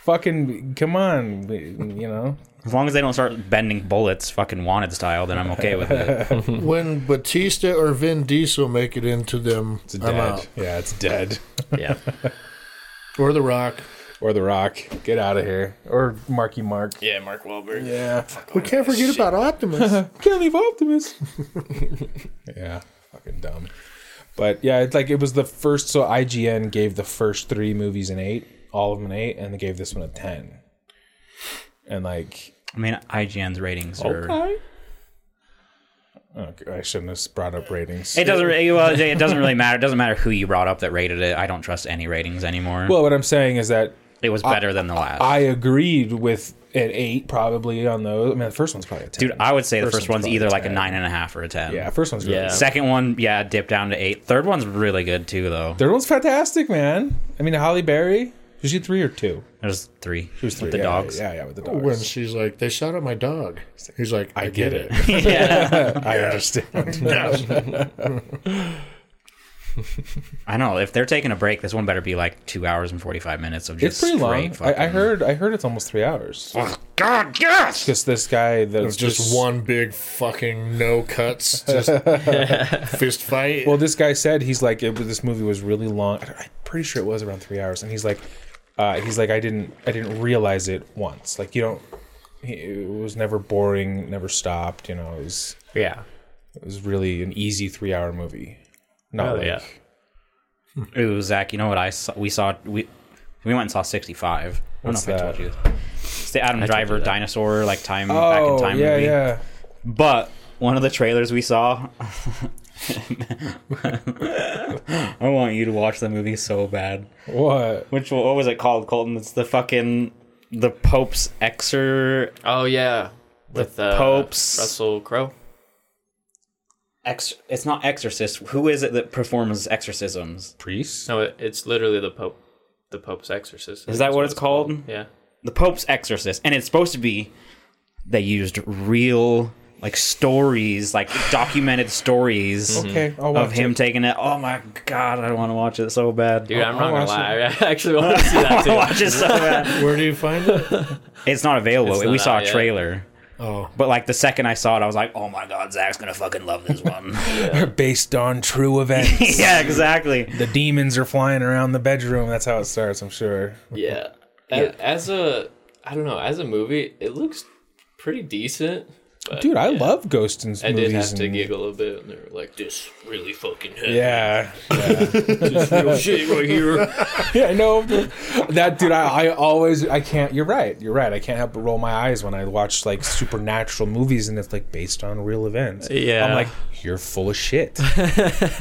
Speaker 1: Fucking come on, we- you know.
Speaker 4: as long as they don't start bending bullets, fucking wanted style, then I'm okay with it.
Speaker 5: When Batista or Vin Diesel make it into them,
Speaker 1: It's
Speaker 5: I'm
Speaker 1: dead.
Speaker 5: out.
Speaker 1: Yeah, it's dead.
Speaker 2: Yeah.
Speaker 5: Or The Rock.
Speaker 1: Or The Rock, get out of here. Or Marky Mark.
Speaker 2: yeah, Mark Wahlberg.
Speaker 1: Yeah,
Speaker 5: We can't forget about Optimus.
Speaker 1: can't leave Optimus. yeah, fucking dumb. But yeah, it's like it was the first. So IGN gave the first three movies an eight, all of them an eight, and they gave this one a ten. And like, er,
Speaker 4: I mean, IGN's ratings are.
Speaker 1: okay, I shouldn't have brought up ratings.
Speaker 4: It doesn't. re- Well, it doesn't really matter. It doesn't matter who you brought up that rated it. I don't trust any ratings anymore.
Speaker 1: well, what I'm saying is that
Speaker 4: it was better than the last.
Speaker 1: I agreed with an eight probably on those. I mean, the first one's probably a ten.
Speaker 4: Dude, I would say the
Speaker 1: First
Speaker 4: first
Speaker 1: one's
Speaker 4: one's either
Speaker 1: probably
Speaker 4: like a
Speaker 1: 10.
Speaker 4: nine and a half or a ten.
Speaker 1: yeah, first one's really
Speaker 2: Yeah.
Speaker 4: Second one, yeah, dipped down to eight. Third one's really good too, though.
Speaker 1: Third one's fantastic, man. I mean, Holly Berry, was she three or two?
Speaker 4: There's three.
Speaker 1: She was three.
Speaker 4: With the
Speaker 1: yeah,
Speaker 4: dogs.
Speaker 1: Yeah, yeah, with the dogs.
Speaker 5: when she's like, they shot at my dog. He's like, I, get, it.
Speaker 1: I understand.
Speaker 4: I know. If they're taking a break, this one better be like two hours and forty five minutes of
Speaker 1: it's
Speaker 4: just
Speaker 1: pretty long.
Speaker 4: straight
Speaker 1: I, I
Speaker 4: fucking-
Speaker 1: heard. I heard it's almost three hours.
Speaker 5: God, yes!
Speaker 1: Because this guy, that's
Speaker 5: It's just, one big fucking no cuts, just fist fight.
Speaker 1: Well, this guy said he's like it, was- this movie was really long. I- I'm pretty sure it was around three hours, and he's like, uh, he's like I didn't I didn't realize it once. Like you don't. he- It was never boring, never stopped. You know, it was
Speaker 2: Yeah.
Speaker 1: it was really an easy three hour movie. Not
Speaker 2: Oh,
Speaker 1: like
Speaker 2: yeah.
Speaker 4: Ooh, Zach, you know what I saw? We saw we we went and saw sixty five. I don't know
Speaker 1: What's
Speaker 4: if I told you. this. It's the Adam Driver dinosaur like time back in
Speaker 1: oh
Speaker 4: time
Speaker 1: yeah
Speaker 4: movie.
Speaker 1: yeah.
Speaker 4: But one of the trailers we saw. I want you to watch the movie so bad.
Speaker 1: What?
Speaker 4: Which what was it called, Colton? It's the fucking the Pope's exer
Speaker 2: Oh yeah. With uh,
Speaker 4: Popes.
Speaker 2: Russell Crowe.
Speaker 4: ex. It's not exorcist. Who is it that performs exorcisms?
Speaker 1: Priest?
Speaker 2: No, it, it's literally the Pope. The Pope's exorcist.
Speaker 4: Is that what it's called?
Speaker 2: Yeah.
Speaker 4: The Pope's exorcist, and it's supposed to be. They used real like stories, like documented stories
Speaker 1: Okay, I'll
Speaker 2: Mm-hmm.
Speaker 1: watch
Speaker 4: of him taking it. Oh my god, I want to watch it so bad.
Speaker 2: Dude, I'm
Speaker 1: I'll
Speaker 2: not gonna
Speaker 1: watch
Speaker 2: lie. Oh, I actually want to see that
Speaker 4: I
Speaker 2: too.
Speaker 4: wanna watch it so bad.
Speaker 5: Where do you find it?
Speaker 4: It's not available.
Speaker 2: It's
Speaker 4: we
Speaker 2: not
Speaker 4: saw
Speaker 2: out
Speaker 4: a
Speaker 2: yet.
Speaker 4: trailer.
Speaker 5: Oh.
Speaker 4: But like the second I saw it, I was like, "Oh my god, Zach's gonna fucking love this one."
Speaker 1: Based on true events.
Speaker 4: yeah, exactly.
Speaker 1: the demons are flying around the bedroom. That's how it starts, I'm sure.
Speaker 2: yeah. A- As a, I don't know. As a movie, it looks pretty decent. but
Speaker 1: Dude, I
Speaker 2: yeah.
Speaker 1: love Ghost in movies.
Speaker 2: I did have to
Speaker 1: and-
Speaker 2: giggle a bit, and they were like, "This really fucking hit.
Speaker 1: Yeah.
Speaker 2: This real shit right here."
Speaker 1: Yeah, no, that dude. I, I always, I can't. You're right. You're right. I can't help but roll my eyes when I watch like supernatural movies and it's like based on real events.
Speaker 2: Yeah.
Speaker 1: I'm like, you're full of shit.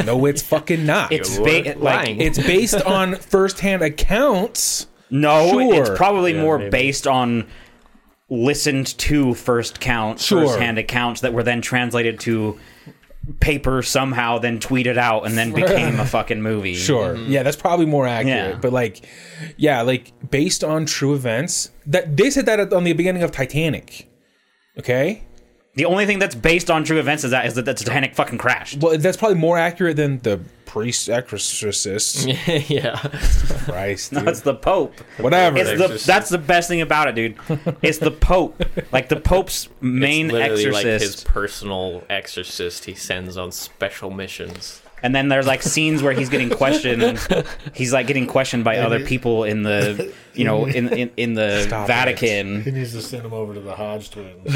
Speaker 1: no, it's fucking not. It's,
Speaker 4: It's ba-
Speaker 2: You're
Speaker 4: like
Speaker 2: lying.
Speaker 1: it's based on firsthand accounts.
Speaker 4: no, it's
Speaker 1: Sure.
Speaker 4: probably more
Speaker 2: maybe.
Speaker 4: based on listened to first count,
Speaker 1: Sure.
Speaker 4: first hand accounts that were then translated to paper somehow, then tweeted out, and then became a fucking movie.
Speaker 1: Sure. Yeah, that's probably more accurate.
Speaker 4: Yeah.
Speaker 1: But like, yeah, like based on true events, that they said that at- on the beginning of Titanic. Okay.
Speaker 4: The only thing that's based on true events is that is that the Titanic fucking crashed.
Speaker 1: Well, that's probably more accurate than the priest exorcist.
Speaker 2: yeah.
Speaker 1: Christ, dude.
Speaker 4: That's the Pope.
Speaker 1: whatever.
Speaker 4: It's the, that's the best thing about it, dude. It's the Pope, like the Pope's main
Speaker 2: it's literally
Speaker 4: exorcist.
Speaker 2: like his personal exorcist he sends on special missions.
Speaker 4: And then there's like scenes where he's getting questioned. he's like getting questioned by other people in the, you know, in in, in the
Speaker 1: Stop it.
Speaker 5: He
Speaker 4: Vatican.
Speaker 5: needs to send him over to the Hodge twins.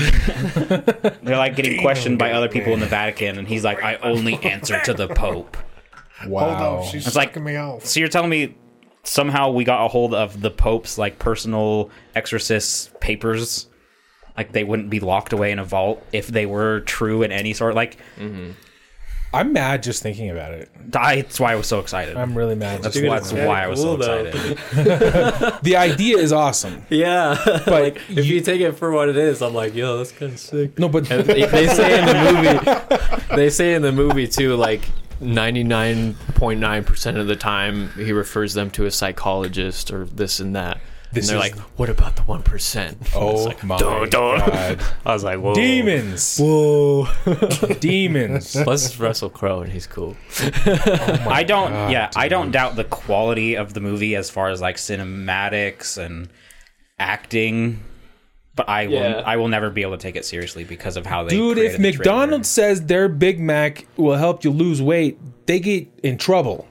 Speaker 4: They're like getting questioned by other people in the Vatican, and he's like, "I only answer to the Pope."
Speaker 1: Wow.
Speaker 5: Hold on, she's
Speaker 4: It's like-
Speaker 5: sucking me off.
Speaker 4: So you're telling me somehow we got a hold of the Pope's like personal exorcist papers? Like they wouldn't be locked away in a vault if they were true in any sort. Like
Speaker 1: I'm mad just thinking about it.
Speaker 4: I, that's why I was so excited.
Speaker 1: I'm really mad.
Speaker 4: that's
Speaker 1: Just
Speaker 2: Dude,
Speaker 4: why,
Speaker 2: it's
Speaker 4: that's why I
Speaker 2: kinda
Speaker 4: was so
Speaker 2: cool, though.
Speaker 4: excited.
Speaker 1: the idea is awesome,
Speaker 2: Yeah.
Speaker 1: but
Speaker 2: if
Speaker 1: you-
Speaker 2: you take it for what it is, I'm like, yo, that's kind of sick.
Speaker 1: no, but
Speaker 2: And they they say in the movie, they say in the movie too, like 99.9% of the time, he refers them to a psychologist or this and that.
Speaker 1: This
Speaker 2: and
Speaker 1: is-
Speaker 2: they're like, what about the 1%?
Speaker 1: oh my god,
Speaker 2: I was like, whoa.
Speaker 1: demons,
Speaker 2: Whoa.
Speaker 1: demons.
Speaker 2: Plus, it's Russell Crowe, and he's cool.
Speaker 4: I don't.
Speaker 1: Oh, God,
Speaker 4: yeah, I don't
Speaker 1: dude.
Speaker 4: doubt the quality of the movie as far as like cinematics and acting. But I
Speaker 2: Yeah.
Speaker 4: will. I will never be able to take it seriously because of how they.
Speaker 1: Dude, if
Speaker 4: created the trailer.
Speaker 1: McDonald's says their Big Mac will help you lose weight, they get in trouble.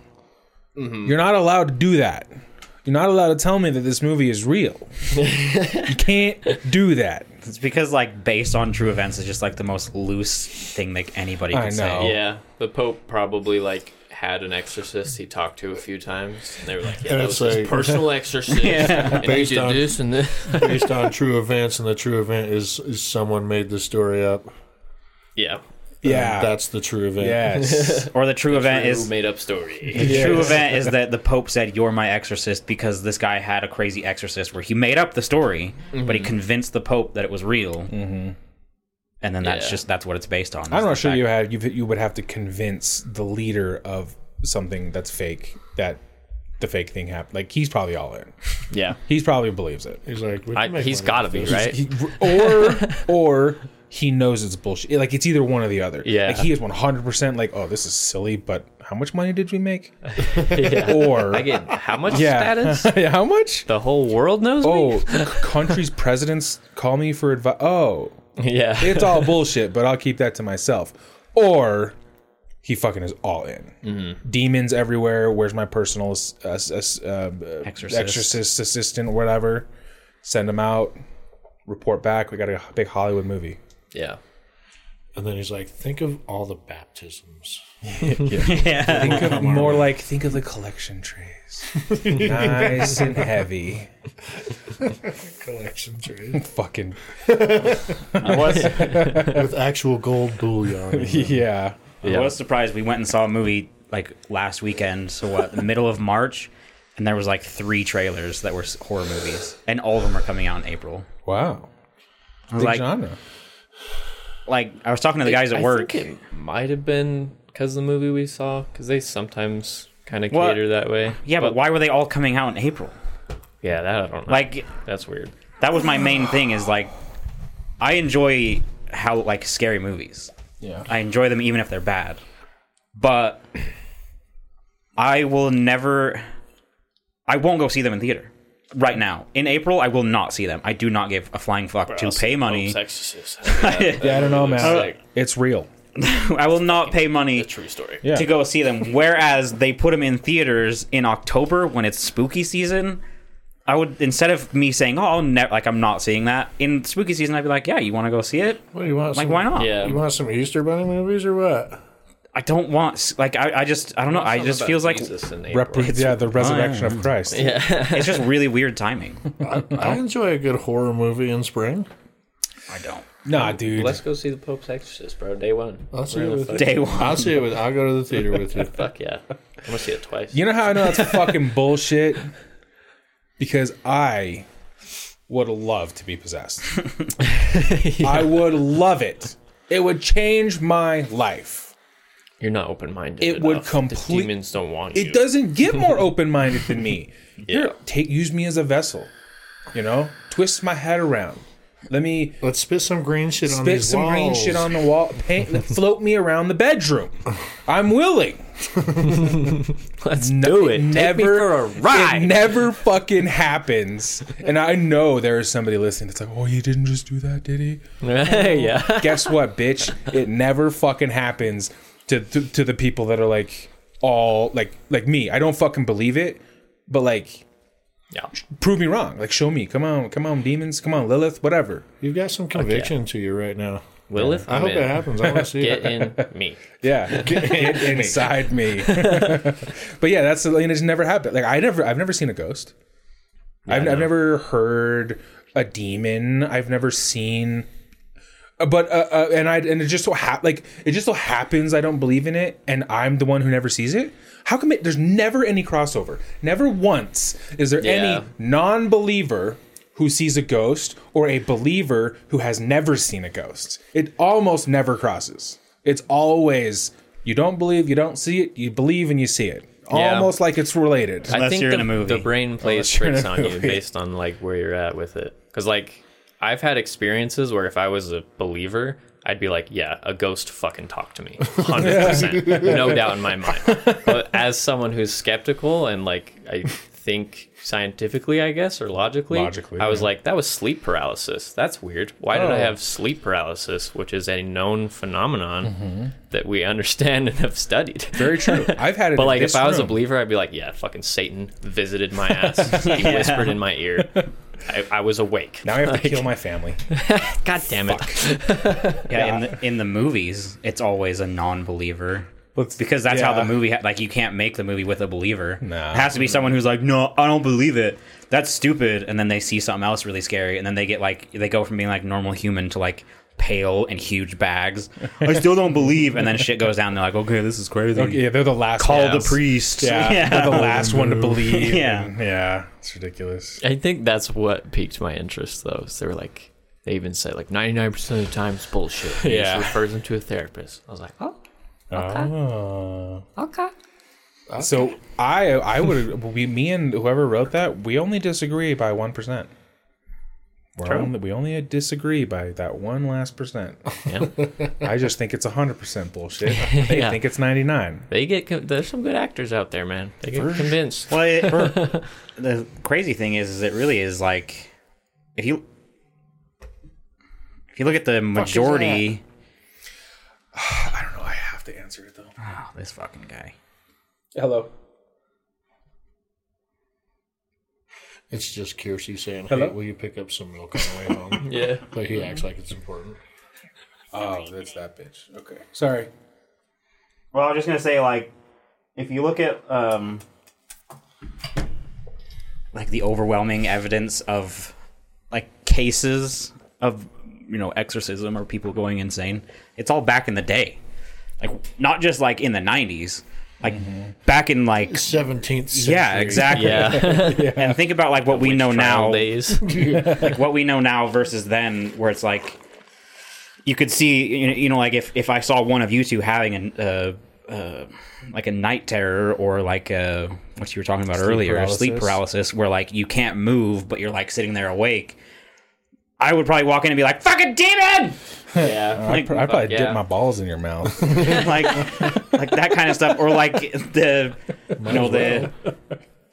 Speaker 4: Mm-hmm.
Speaker 1: You're not allowed to do that. You're not allowed to tell me that this movie is real. you can't do that.
Speaker 4: It's because like based on true events is just like the most loose thing that anybody
Speaker 1: I
Speaker 4: could
Speaker 1: know.
Speaker 4: say.
Speaker 2: Yeah. The Pope probably, like, had an exorcist he talked to a few times, and they were like, yeah,
Speaker 5: And
Speaker 2: that was
Speaker 5: it's
Speaker 2: his
Speaker 5: like-
Speaker 2: personal exorcist. And he
Speaker 5: Based
Speaker 2: did
Speaker 5: on-
Speaker 2: this and this.
Speaker 5: Based on true events, and the true event is, is someone made the story up.
Speaker 2: yeah.
Speaker 1: Yeah.
Speaker 5: That's the true event.
Speaker 1: yes.
Speaker 4: Or the true event
Speaker 2: True
Speaker 4: is
Speaker 2: made up story.
Speaker 4: the true event is that the Pope said you're my exorcist because this guy had a crazy exorcist where he made up the story, but
Speaker 2: Mm-hmm.
Speaker 4: he convinced the Pope that it was real. Mm-hmm. And then that's
Speaker 2: Yeah.
Speaker 4: just that's what it's based on.
Speaker 1: I'm
Speaker 4: is the
Speaker 1: not sure
Speaker 4: fact-
Speaker 1: you had you you would have to convince the leader of something that's fake that the fake thing happened. Like he's probably all in.
Speaker 2: Yeah.
Speaker 1: He's probably believes it.
Speaker 5: He's like, we can
Speaker 2: I,
Speaker 5: make
Speaker 2: he's
Speaker 5: money
Speaker 2: got to
Speaker 5: off
Speaker 2: be,
Speaker 5: this.
Speaker 2: right?
Speaker 1: He- or or he knows it's bullshit. Like it's either one or the other.
Speaker 2: Yeah.
Speaker 1: Like he is one hundred percent like, oh, this is silly, but how much money did we make? Or
Speaker 2: I get how much
Speaker 1: yeah.
Speaker 2: status?
Speaker 1: Yeah, how much?
Speaker 2: The whole world knows me.
Speaker 1: Oh, countries presidents call me for advice. Oh,
Speaker 2: Yeah,
Speaker 1: it's all bullshit, but I'll keep that to myself. Or he fucking is all in. Demons everywhere. Where's my personal ass- ass- ass- uh, uh,
Speaker 4: Exorcist.
Speaker 1: exorcist assistant, whatever? Send him out. Report back. We got a big Hollywood movie.
Speaker 2: yeah.
Speaker 5: And then he's like, think of all the baptisms.
Speaker 1: Think of more like think of the collection trays, nice and heavy.
Speaker 5: Collection tree.
Speaker 1: Fucking
Speaker 5: With actual gold bullion. in it.
Speaker 1: yeah.
Speaker 4: I was surprised we went and saw a movie like last weekend. So what, the middle of March, and there was like three trailers that were s- horror movies, and all of them are coming out in April.
Speaker 1: Wow.
Speaker 4: I was
Speaker 1: Big
Speaker 4: like,
Speaker 1: genre.
Speaker 4: like I was talking to the guys at
Speaker 2: I
Speaker 4: work.
Speaker 2: think it might have been because the movie we saw, because they sometimes kind of
Speaker 4: Well,
Speaker 2: cater that way.
Speaker 4: yeah, but why were they all coming out in April?
Speaker 2: Yeah, that I don't know.
Speaker 4: Like
Speaker 2: that's weird.
Speaker 4: that was my main thing is like I enjoy how like scary movies.
Speaker 1: Yeah.
Speaker 4: I enjoy them even if they're bad. But I will never I won't go see them in theater right now. In April I will not see them. I do not give a flying fuck to pay money.
Speaker 2: Exorcist.
Speaker 1: Yeah, I don't know, man.
Speaker 2: like-
Speaker 1: it's real.
Speaker 4: I will not pay money
Speaker 2: True story.
Speaker 1: Yeah.
Speaker 4: to go see them. Whereas they put them in theaters in October when it's spooky season. I would instead of me saying, "Oh, I'll never," like I'm not seeing that in spooky season. I'd be like, "Yeah, you want to go see it?
Speaker 5: What do you want?
Speaker 4: Like,
Speaker 5: some-
Speaker 4: why not?
Speaker 2: Yeah.
Speaker 5: You want some Easter Bunny movies or what?
Speaker 4: I don't want s- like I, I just I don't know. I just feels like
Speaker 1: Rep- yeah, the resurrection of Christ.
Speaker 4: it's just really weird timing.
Speaker 5: I enjoy a good horror movie in spring.
Speaker 4: I don't.
Speaker 1: Nah, dude.
Speaker 2: Let's go see the Pope's Exorcist, bro. Day one.
Speaker 5: I'll see
Speaker 2: We're
Speaker 5: you
Speaker 2: gonna
Speaker 5: with
Speaker 2: fuck-
Speaker 4: Day one.
Speaker 5: I'll see it with. I'll go to the theater with you.
Speaker 2: Fuck yeah. I'm gonna see it twice.
Speaker 1: You know how I know that's fucking bullshit? Because I would love to be possessed. I would love it. It would change my life.
Speaker 2: You're not open minded.
Speaker 1: It would complete-
Speaker 2: demons don't want you.
Speaker 1: It doesn't get more open minded than me. Here, take use me as a vessel. You know? Twist my head around. Let me
Speaker 5: Let's spit some green shit on
Speaker 1: spit
Speaker 5: these
Speaker 1: some green
Speaker 5: walls.
Speaker 1: shit on the wall. Paint float me around the bedroom. I'm willing.
Speaker 2: Let's do it. Take me for a ride.
Speaker 1: It never fucking happens. And I know there is somebody listening that's like, oh, he didn't just do that, did he?
Speaker 2: yeah.
Speaker 1: Guess what, bitch? It never fucking happens to, to to the people that are like all like like me. I don't fucking believe it, but like
Speaker 2: Yeah.
Speaker 1: prove me wrong. Like show me. Come on, come on, demons. Come on, Lilith. Whatever.
Speaker 5: You've got some conviction to you right now.
Speaker 2: Lilith,
Speaker 5: I
Speaker 2: I'm
Speaker 5: hope
Speaker 2: in.
Speaker 5: that happens. I want to see
Speaker 2: Get
Speaker 5: it.
Speaker 2: in me.
Speaker 1: Yeah, get inside me. but yeah, that's and it's never happened. Like I never, I've never seen a ghost. I've, I've never heard a demon. I've never seen. uh, But uh, uh, and I and it just so hap- like it just so happens I don't believe in it, and I'm the one who never sees it. How come it, there's never any crossover? Never once is there
Speaker 2: Yeah.
Speaker 1: any non-believer who sees a ghost or a believer who has never seen a ghost. It almost never crosses. It's always you don't believe, you don't see it, you believe and you see it.
Speaker 2: Yeah.
Speaker 1: Almost like it's related.
Speaker 2: I
Speaker 4: Unless
Speaker 2: think
Speaker 4: you're
Speaker 2: the,
Speaker 4: in a movie.
Speaker 2: the brain plays
Speaker 1: you're in
Speaker 2: tricks
Speaker 1: a
Speaker 2: on you
Speaker 1: movie.
Speaker 2: based on like where you're at with it. Because like I've had experiences where if I was a believer, I'd be like, yeah, a ghost fucking talked to me, hundred percent, no doubt in my mind. But as someone who's skeptical and like I think scientifically, I guess, or logically,
Speaker 1: Logically,
Speaker 2: I was
Speaker 1: yeah. Oh.
Speaker 2: like, that was sleep paralysis. That's weird. Why did I have sleep paralysis, which is a known phenomenon that we understand and have studied?
Speaker 1: Mm-hmm. Very true. I've had it.
Speaker 2: But
Speaker 1: in
Speaker 2: like,
Speaker 1: this
Speaker 2: if I was a
Speaker 1: room.
Speaker 2: believer, I'd be like, yeah, fucking Satan visited my ass. He whispered in my ear. I, I was awake.
Speaker 1: now I have to kill my family.
Speaker 2: God damn it.
Speaker 4: Yeah, in the, in the movies, it's always a non-believer.
Speaker 1: Let's-
Speaker 4: because that's how
Speaker 1: yeah.
Speaker 4: the movie ha- like you can't make the movie with a believer.
Speaker 1: Nah.
Speaker 4: It has to be someone who's like, "No, I don't believe it. That's stupid." And then they see something else really scary and then they get like they go from being like normal human to like pale and huge bags. I still don't believe and then shit goes down and they're like, "Okay, this is crazy."
Speaker 1: Okay, yeah, they're the last.
Speaker 4: Call
Speaker 1: ones.
Speaker 4: the priest.
Speaker 1: Yeah, they're the last one to believe.
Speaker 4: Yeah.
Speaker 1: and- yeah, it's ridiculous.
Speaker 2: I think that's what piqued my interest, though. Is they were like, they even said like 99% of the time it's bullshit. He
Speaker 1: Yeah.
Speaker 2: just refers them to a therapist. I was like, oh,
Speaker 1: Oh.
Speaker 2: okay.
Speaker 1: So I, I would, we, me and whoever wrote that, we only disagree by one percent. We're only, we only disagree by that one last percent.
Speaker 2: Yeah.
Speaker 1: I just think it's hundred percent bullshit. They
Speaker 2: Yeah.
Speaker 1: think it's ninety nine.
Speaker 2: They get con- there's some good actors out there, man. They get convinced.
Speaker 4: Well, it, the crazy thing is, is it really is like if you if you look at the majority.
Speaker 1: I don't know. I have to answer it though.
Speaker 4: Oh, this fucking guy.
Speaker 1: Hello.
Speaker 5: It's just Kiersey saying,
Speaker 1: Hello?
Speaker 5: hey, will you pick up some milk on the way home?
Speaker 2: Yeah.
Speaker 5: But he acts like it's important.
Speaker 1: Oh, that's that bitch. Okay, sorry.
Speaker 4: Well, I was just gonna say, like, if you look at um, like the overwhelming evidence of like cases of you know exorcism or people going insane, it's all back in the day, like not just like in the '90s, like back in like
Speaker 5: 17th century.
Speaker 4: yeah, exactly.
Speaker 2: Yeah.
Speaker 4: And think about like what we know now,
Speaker 2: Trial days.
Speaker 4: like what we know now versus then, where it's like you could see, you know, you know like if if I saw one of you two having an uh, uh, like a night terror or like uh what you were talking about earlier, sleep
Speaker 1: paralysis.
Speaker 4: paralysis, where like you can't move but you're like sitting there awake. I would probably walk in and be like, "Fucking demon!"
Speaker 2: Yeah.
Speaker 4: Like,
Speaker 1: I probably
Speaker 2: yeah.
Speaker 1: dip my balls in your mouth.
Speaker 4: like like that kind of stuff or like the you know the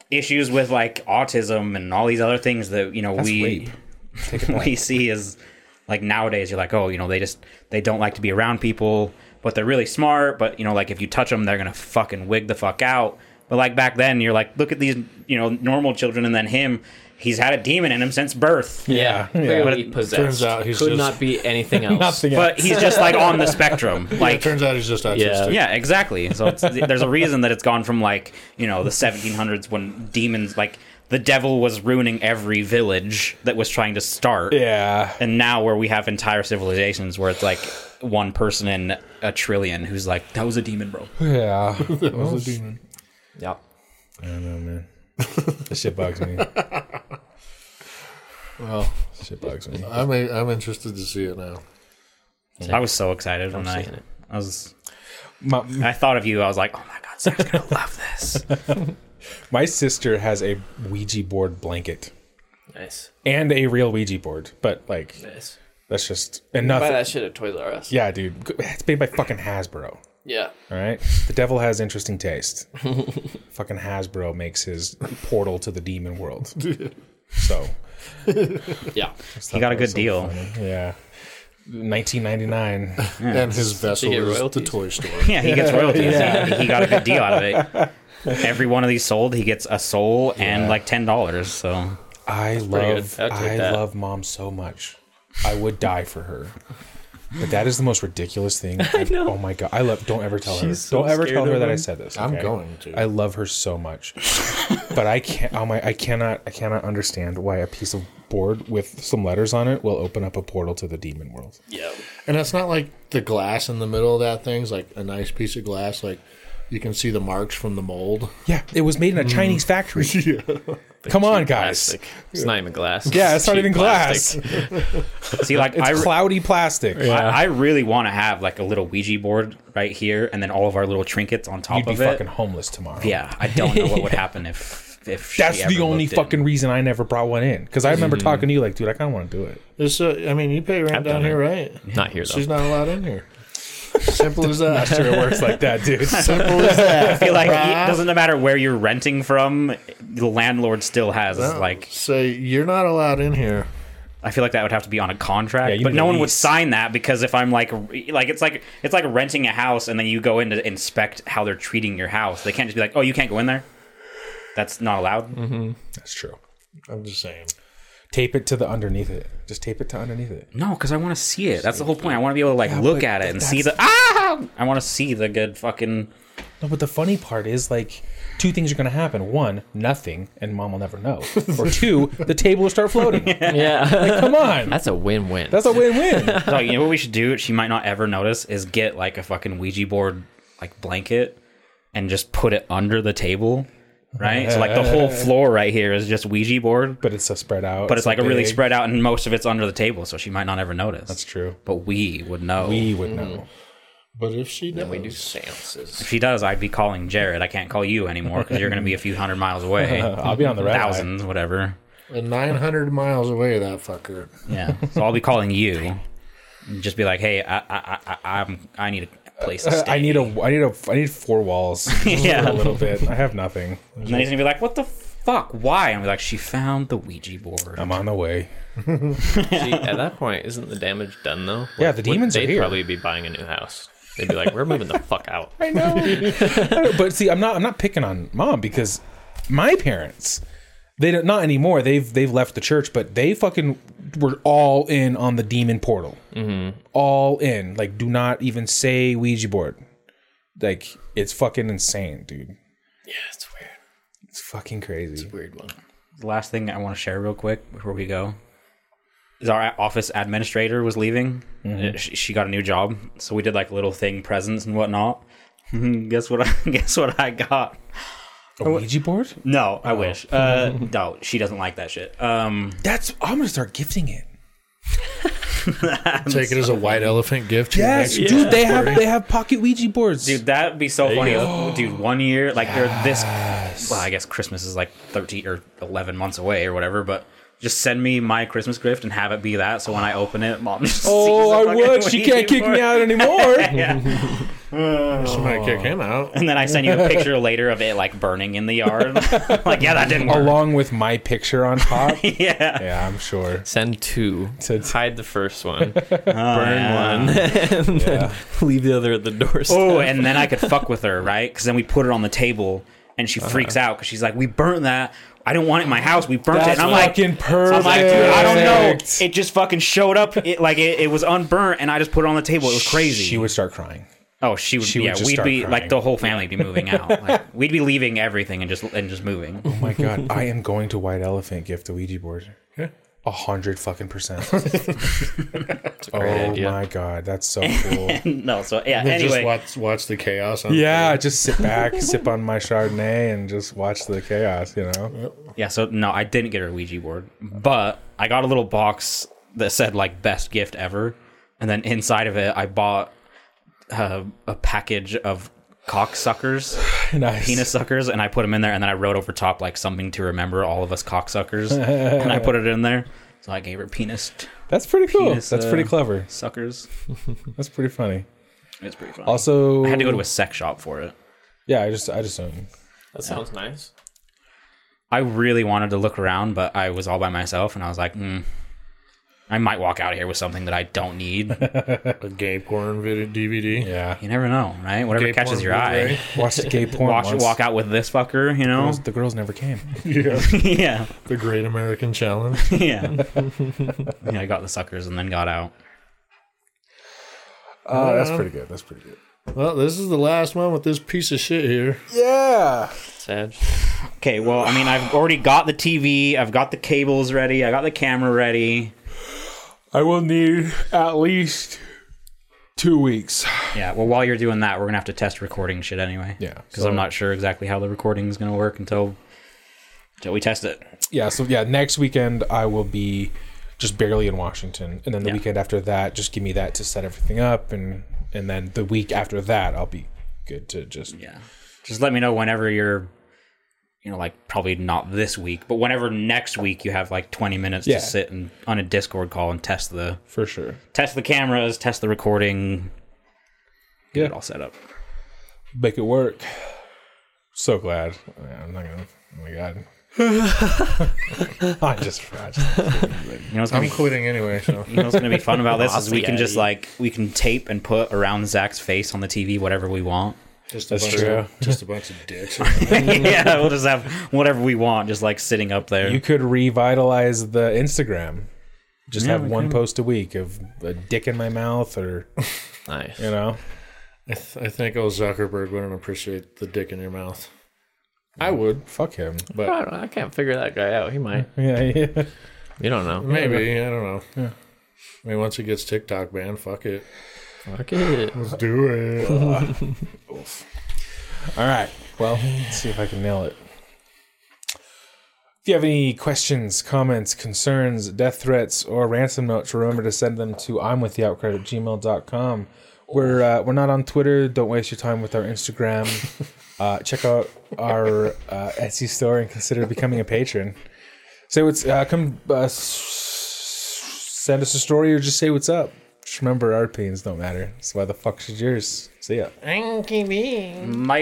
Speaker 4: issues with like autism and all these other things that you know we we see is like nowadays you're like oh you know they just they don't like to be around people but they're really smart but you know like if you touch them they're gonna fucking wig the fuck out but like back then you're like look at these you know normal children and then him he's had a demon in him since birth
Speaker 2: Yeah. Clearly possessed.
Speaker 5: turns out he's
Speaker 2: Could
Speaker 5: just-
Speaker 2: not be anything else.
Speaker 4: but he's just like on the spectrum like
Speaker 5: It turns out he's just autistic.
Speaker 4: Yeah, exactly. So it's, there's a reason that it's gone from like you know the 1700s when demons like the devil was ruining every village that was trying to start,
Speaker 1: yeah.
Speaker 4: and now where we have entire civilizations where it's like one person in a trillion who's like that was a demon, bro.
Speaker 1: Yeah.
Speaker 5: He's a demon.
Speaker 2: yeah.
Speaker 1: I don't know, man. This shit bugs me.
Speaker 5: Well,
Speaker 1: Shit bugs me.
Speaker 5: I'm, a, I'm interested to see it now.
Speaker 4: I was so excited when I
Speaker 2: seeing it.
Speaker 4: I was
Speaker 1: My,
Speaker 4: I thought of you. I was like, oh my god, Sarah's gonna love this.
Speaker 1: my sister has a Ouija board blanket
Speaker 2: Nice.
Speaker 1: and a real Ouija board, but like
Speaker 2: Nice.
Speaker 1: that's just enough.
Speaker 2: Buy that shit at Toys R Us.
Speaker 1: Yeah, dude, it's made by fucking Hasbro.
Speaker 2: Yeah.
Speaker 1: All right, the devil has interesting taste. fucking Hasbro makes his portal to the demon world. So
Speaker 2: Yeah.
Speaker 4: He got a good deal.
Speaker 1: yeah, 1999.
Speaker 5: And his vessel
Speaker 2: get
Speaker 5: is the
Speaker 2: royalties?
Speaker 5: toy store.
Speaker 4: Yeah, he gets royalties. He, he got a good deal out of it. Every one of these sold, he gets a soul and like ten dollars. So
Speaker 1: I
Speaker 2: pretty
Speaker 1: love
Speaker 2: good. I'll take
Speaker 1: I
Speaker 2: that.
Speaker 1: love mom so much. I would die for her. But that is the most ridiculous thing. I know. Oh my god! I love. Don't ever tell her.
Speaker 2: She's so
Speaker 1: don't ever
Speaker 2: scared
Speaker 1: tell her
Speaker 2: of
Speaker 1: that I
Speaker 2: him.
Speaker 1: said this.
Speaker 5: I'm
Speaker 1: okay?
Speaker 5: going to.
Speaker 1: I love her so much, but I can't. Oh my! I cannot. I cannot understand why a piece of board with some letters on it will open up a portal to the demon world.
Speaker 2: Yeah.
Speaker 5: And it's not like the glass in the middle of that thing's like a nice piece of glass. Like you can see the marks from the mold.
Speaker 1: Yeah, it was made in a Chinese factory.
Speaker 5: yeah.
Speaker 1: Come on, guys.
Speaker 2: Mm. Plastic. It's not even glass.
Speaker 1: Yeah, it's not
Speaker 2: cheap
Speaker 1: even glass.
Speaker 2: plastic.
Speaker 4: See, like
Speaker 1: It's
Speaker 4: I, re-
Speaker 1: cloudy plastic.
Speaker 4: I, I really want to have like a little Ouija board right here, and then all of our little trinkets on top
Speaker 1: You'd be
Speaker 4: of it.
Speaker 1: fucking homeless tomorrow.
Speaker 4: Yeah, I don't know what would happen if if she
Speaker 1: That's
Speaker 4: ever
Speaker 1: the only
Speaker 4: looked in. Mm-hmm.
Speaker 1: fucking reason I never brought one in. Because I remember talking to you like, dude, I kind of want to do it.
Speaker 5: It's, uh, I mean, you pay rent
Speaker 2: I've
Speaker 5: down
Speaker 2: done
Speaker 5: here,
Speaker 2: it.
Speaker 5: right?
Speaker 2: Not here though.
Speaker 5: She's not allowed in here. Simple as that.
Speaker 1: Sure, it works like that, dude.
Speaker 5: Simple as that.
Speaker 4: I feel like it doesn't matter where you're renting from, the landlord still has
Speaker 1: Oh.
Speaker 4: like.
Speaker 5: so you're not allowed in here.
Speaker 4: I feel like that would have to be on a contract,
Speaker 1: Yeah, you
Speaker 4: but
Speaker 1: need
Speaker 4: no
Speaker 1: a
Speaker 4: one would
Speaker 1: lease.
Speaker 4: sign that because if I'm like, re- like it's like it's like renting a house and then you go in to inspect how they're treating your house. They can't just be like, oh, you can't go in there. That's not allowed.
Speaker 1: Mm-hmm. That's true.
Speaker 5: I'm just saying.
Speaker 1: Tape it to the underneath it. Just tape it to underneath it.
Speaker 4: No, because I want to see it. That's the whole point. I want to be able to like look
Speaker 1: but
Speaker 4: at it and
Speaker 1: that's-
Speaker 4: see the ah. I want to see the good fucking.
Speaker 1: No, but the funny part is like two things are going to happen. One, nothing, and mom will never know. Or two, the table will start floating.
Speaker 2: yeah.
Speaker 1: Come on.
Speaker 2: That's a win-win.
Speaker 1: That's a win win.
Speaker 4: No, you know what we should do? She might not ever notice. Is get like a fucking Ouija board like blanket and just put it under the table, right? so like the whole floor right here is just Ouija board,
Speaker 1: But it's so spread out.
Speaker 4: but it's like a really
Speaker 1: big.
Speaker 4: spread out, and most of it's under the table, so she might not ever notice.
Speaker 1: That's true.
Speaker 4: But we would know.
Speaker 1: We would know.
Speaker 5: But if she does,
Speaker 2: we do seances.
Speaker 4: if she does, I'd be calling Jared. I can't call you anymore because you're going to be a few hundred miles away.
Speaker 1: I'll be on the red eye.
Speaker 4: thousands, whatever.
Speaker 5: and 900 miles away, that fucker.
Speaker 4: Yeah. So I'll be calling you. And just be like, hey, I, I, I, I'm, I need a place to stay.
Speaker 1: I need a. I need a. I need four walls.
Speaker 4: Mm. Yeah.
Speaker 1: a little bit. I have nothing.
Speaker 4: And then he's gonna be like, what the fuck? Why? And I'm like, she found the Ouija board.
Speaker 1: I'm on the way.
Speaker 2: See, at that point, isn't the damage done though?
Speaker 1: Yeah, the
Speaker 2: Would-
Speaker 1: demons are
Speaker 2: They'd
Speaker 1: here.
Speaker 2: probably be buying a new house. They'd be like, "We're moving the fuck out."
Speaker 1: I know. I know, But see, I'm not. I'm not picking on mom because my parents. They don't, not anymore. They've they've left the church, but they fucking were all in on the demon portal. Mm-hmm. All in. Like, do not even say Ouija board. Like, it's fucking insane, dude.
Speaker 2: Yeah, it's weird.
Speaker 1: It's fucking crazy.
Speaker 2: Weird one.
Speaker 4: The last thing I want to share real quick before we go is our office administrator was leaving. Uh, She, she got a new job, so we did like a little thing, presents and whatnot. guess what? I, guess what I got.
Speaker 1: A Ouija board?
Speaker 4: No, I wish. Uh, no, she doesn't like that shit. Um,
Speaker 1: That's. I'm gonna start gifting it.
Speaker 5: Take it as a white elephant gift. to your
Speaker 1: Yes,
Speaker 5: next-
Speaker 1: dude. They have they have pocket Ouija boards.
Speaker 4: Dude, that'd be so funny.
Speaker 2: you
Speaker 4: Dude, one year, like they're this. Well, I guess Christmas is like thirty or eleven months away or whatever. But just send me my Christmas gift and have it be that. So when I open it, mom just.
Speaker 1: Oh,
Speaker 4: sees the
Speaker 1: I would.
Speaker 4: fucking
Speaker 1: She can't kick me
Speaker 4: keyboard.
Speaker 1: out anymore.
Speaker 4: Yeah.
Speaker 5: She might kick him out.
Speaker 4: And then I send you a picture later of it like burning in the yard. like, yeah, that didn't work.
Speaker 1: Along with my picture on top.
Speaker 4: Yeah.
Speaker 1: yeah, I'm sure.
Speaker 2: Send two.
Speaker 1: Send two.
Speaker 2: Hide the first one. burn one. and then leave the other at the doorstep.
Speaker 4: Oh, and then I could fuck with her, right? Because then we put it on the table,
Speaker 1: Uh-huh.
Speaker 4: and she freaks out because she's like, "We burnt that. I didn't want it in my house. We burnt it."
Speaker 1: That's
Speaker 4: And I'm like,
Speaker 1: fucking
Speaker 4: I'm like, dude, I don't know.
Speaker 1: perfect.
Speaker 4: It just fucking showed up. It like it, it was unburnt, and I just put it on the table. It was crazy.
Speaker 1: She would start crying.
Speaker 4: oh, she would.
Speaker 1: she would
Speaker 4: yeah,
Speaker 1: just
Speaker 4: we'd
Speaker 1: start
Speaker 4: be
Speaker 1: crying.
Speaker 4: like the whole family would be moving out. Like we'd be leaving everything and just and just moving.
Speaker 1: Oh my god, I am going to White Elephant gift the Ouija board. A hundred fucking percent. oh
Speaker 2: idea.
Speaker 1: my god, that's so cool.
Speaker 4: no, so yeah.
Speaker 5: We'll
Speaker 4: Anyway,
Speaker 5: Just watch, watch the chaos. On
Speaker 1: yeah, just sit back, sip on my Chardonnay, and just watch the chaos. You know,
Speaker 4: Yeah, so no, I didn't get her Ouija board, but I got a little box that said like best gift ever, and then inside of it, I bought uh, a package of cocksuckers,
Speaker 1: nice.
Speaker 4: penis suckers, and I put them in there, and then I wrote over top like something to remember all of us cocksuckers, and I put it in there. So I gave her penis t-
Speaker 1: That's pretty cool.
Speaker 4: Penis,
Speaker 1: that's
Speaker 4: uh,
Speaker 1: pretty clever.
Speaker 4: suckers.
Speaker 1: That's pretty funny.
Speaker 4: It's pretty fun.
Speaker 1: Also,
Speaker 4: I had to go to a sex shop for it.
Speaker 1: yeah. I just, I just um, don't.
Speaker 2: that sounds nice.
Speaker 4: I really wanted to look around, but I was all by myself, and I was like, mm, I might walk out of here with something that I don't need.
Speaker 5: A gay porn video DVD.
Speaker 1: Yeah,
Speaker 4: You never know, right? Whatever
Speaker 5: Gay
Speaker 4: catches
Speaker 5: porn
Speaker 4: your eye.
Speaker 5: Blu-ray.
Speaker 1: watch the gay porn.
Speaker 4: Watch
Speaker 1: once.
Speaker 4: walk out with this fucker, you know?
Speaker 1: Girls- The girls never came.
Speaker 5: Yeah.
Speaker 4: yeah,
Speaker 5: the Great American Challenge.
Speaker 4: yeah. yeah, I got the suckers and then got out.
Speaker 1: Uh, that's pretty good. That's pretty good.
Speaker 5: Well, this is the last one with this piece of shit here.
Speaker 1: Yeah.
Speaker 2: Sad.
Speaker 4: Okay, well, I mean, I've already got the TV, I've got the cables ready, I got the camera ready.
Speaker 1: I will need at least two weeks.
Speaker 4: Yeah, well, while you're doing that, we're gonna have to test recording shit anyway.
Speaker 1: Yeah,
Speaker 4: because I'm not sure exactly how the recording is gonna work until until we test it.
Speaker 1: Yeah. So yeah, next weekend I will be just barely in Washington, and then the
Speaker 4: Yeah.
Speaker 1: weekend after that, just give me that to set everything up, and and then the week after that, I'll be good to just
Speaker 4: Yeah, just let me know whenever you're, you know, like probably not this week, but whenever next week you have like 20 minutes
Speaker 1: Yeah.
Speaker 4: to sit and on a Discord call and test the
Speaker 1: for sure.
Speaker 4: test the cameras, test the recording, get it
Speaker 1: Yeah.
Speaker 4: all set up.
Speaker 1: make it work. So glad. Yeah, I'm not gonna. Oh my god. I just. I just
Speaker 4: You know, it's gonna
Speaker 5: I'm
Speaker 4: be
Speaker 5: quitting anyway, so.
Speaker 4: You know what's gonna be fun about this is we can
Speaker 2: Awesome.
Speaker 4: just like we can tape and put around Zach's face on the TV whatever we want.
Speaker 5: Just a
Speaker 1: That's
Speaker 5: bunch
Speaker 1: true.
Speaker 5: Of, just a bunch of dicks.
Speaker 4: yeah, we'll just have whatever we want, just like sitting up there.
Speaker 1: you could revitalize the Instagram. Just
Speaker 4: Yeah,
Speaker 1: have
Speaker 4: we
Speaker 1: one
Speaker 4: could.
Speaker 1: post a week of a dick in my mouth, or
Speaker 2: Nice.
Speaker 1: you know,
Speaker 5: I, th- I think old Zuckerberg wouldn't appreciate the dick in your mouth.
Speaker 1: I would fuck him.
Speaker 5: But
Speaker 2: I, don't know, I can't figure that guy out. He might.
Speaker 1: Yeah, yeah.
Speaker 2: You don't know.
Speaker 5: maybe, I don't know. I mean, once it gets TikTok banned, fuck it.
Speaker 2: Fuck it.
Speaker 5: Let's do it.
Speaker 1: All right. Well, let's see if I can nail it. If you have any questions, comments, concerns, death threats, or ransom notes, remember to send them to I'm with the outcrowd at gmail.com. We're, uh, we're not on Twitter. Don't waste your time with our Instagram. Uh, check out our uh, Etsy store and consider becoming a patron. Say what's uh, come uh, s- send us a story or just say what's up. Just remember, our opinions don't matter. So why the fuck should yours? See ya.
Speaker 4: My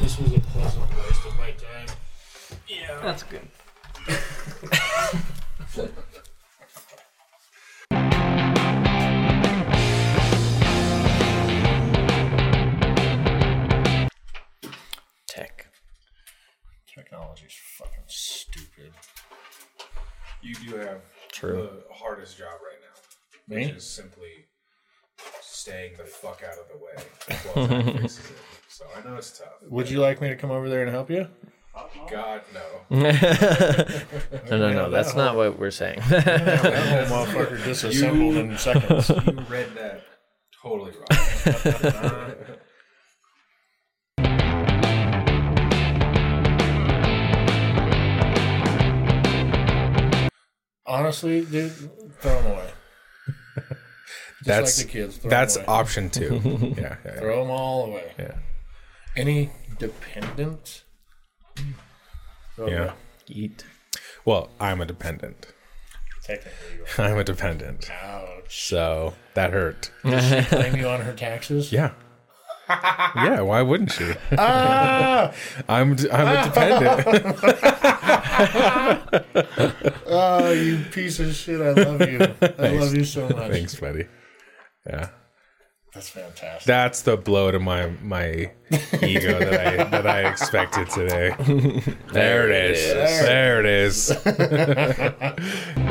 Speaker 5: this was a pleasant waste of my time.
Speaker 2: That's good. Tech.
Speaker 5: Technology's fucking stupid.
Speaker 1: You do have
Speaker 2: True.
Speaker 1: the hardest job right now,
Speaker 5: Me?
Speaker 1: which is simply staying the fuck out of the way. While Zach fixes it. So I know it's tough.
Speaker 5: Would you like me to come over there and help you?
Speaker 1: God no.
Speaker 2: no, no, no. That's not what we're saying.
Speaker 5: That whole motherfucker disassembled in seconds.
Speaker 1: You read that totally wrong.
Speaker 5: Honestly, dude, throw them away. Just
Speaker 1: That's-
Speaker 5: like the kids. Throw 'em
Speaker 1: That's
Speaker 5: away.
Speaker 1: option two. yeah, yeah, yeah.
Speaker 5: throw them all away.
Speaker 1: Yeah.
Speaker 5: Any dependent? Throw 'em
Speaker 1: Yeah.
Speaker 5: away.
Speaker 2: Eat.
Speaker 1: Well, I'm a dependent.
Speaker 5: Technically, you
Speaker 1: I'm a dependent.
Speaker 5: are. ouch.
Speaker 1: So that hurt.
Speaker 5: Blame you on her taxes.
Speaker 1: Yeah. Yeah, why wouldn't she?
Speaker 5: Ah!
Speaker 1: I'm d- I'm a dependent.
Speaker 5: Oh, you piece of shit! I love you. I love you so much.
Speaker 1: Thanks, buddy. Yeah.
Speaker 5: That's fantastic.
Speaker 1: That's the blow to my my ego that I that I expected today. There it is. There it is.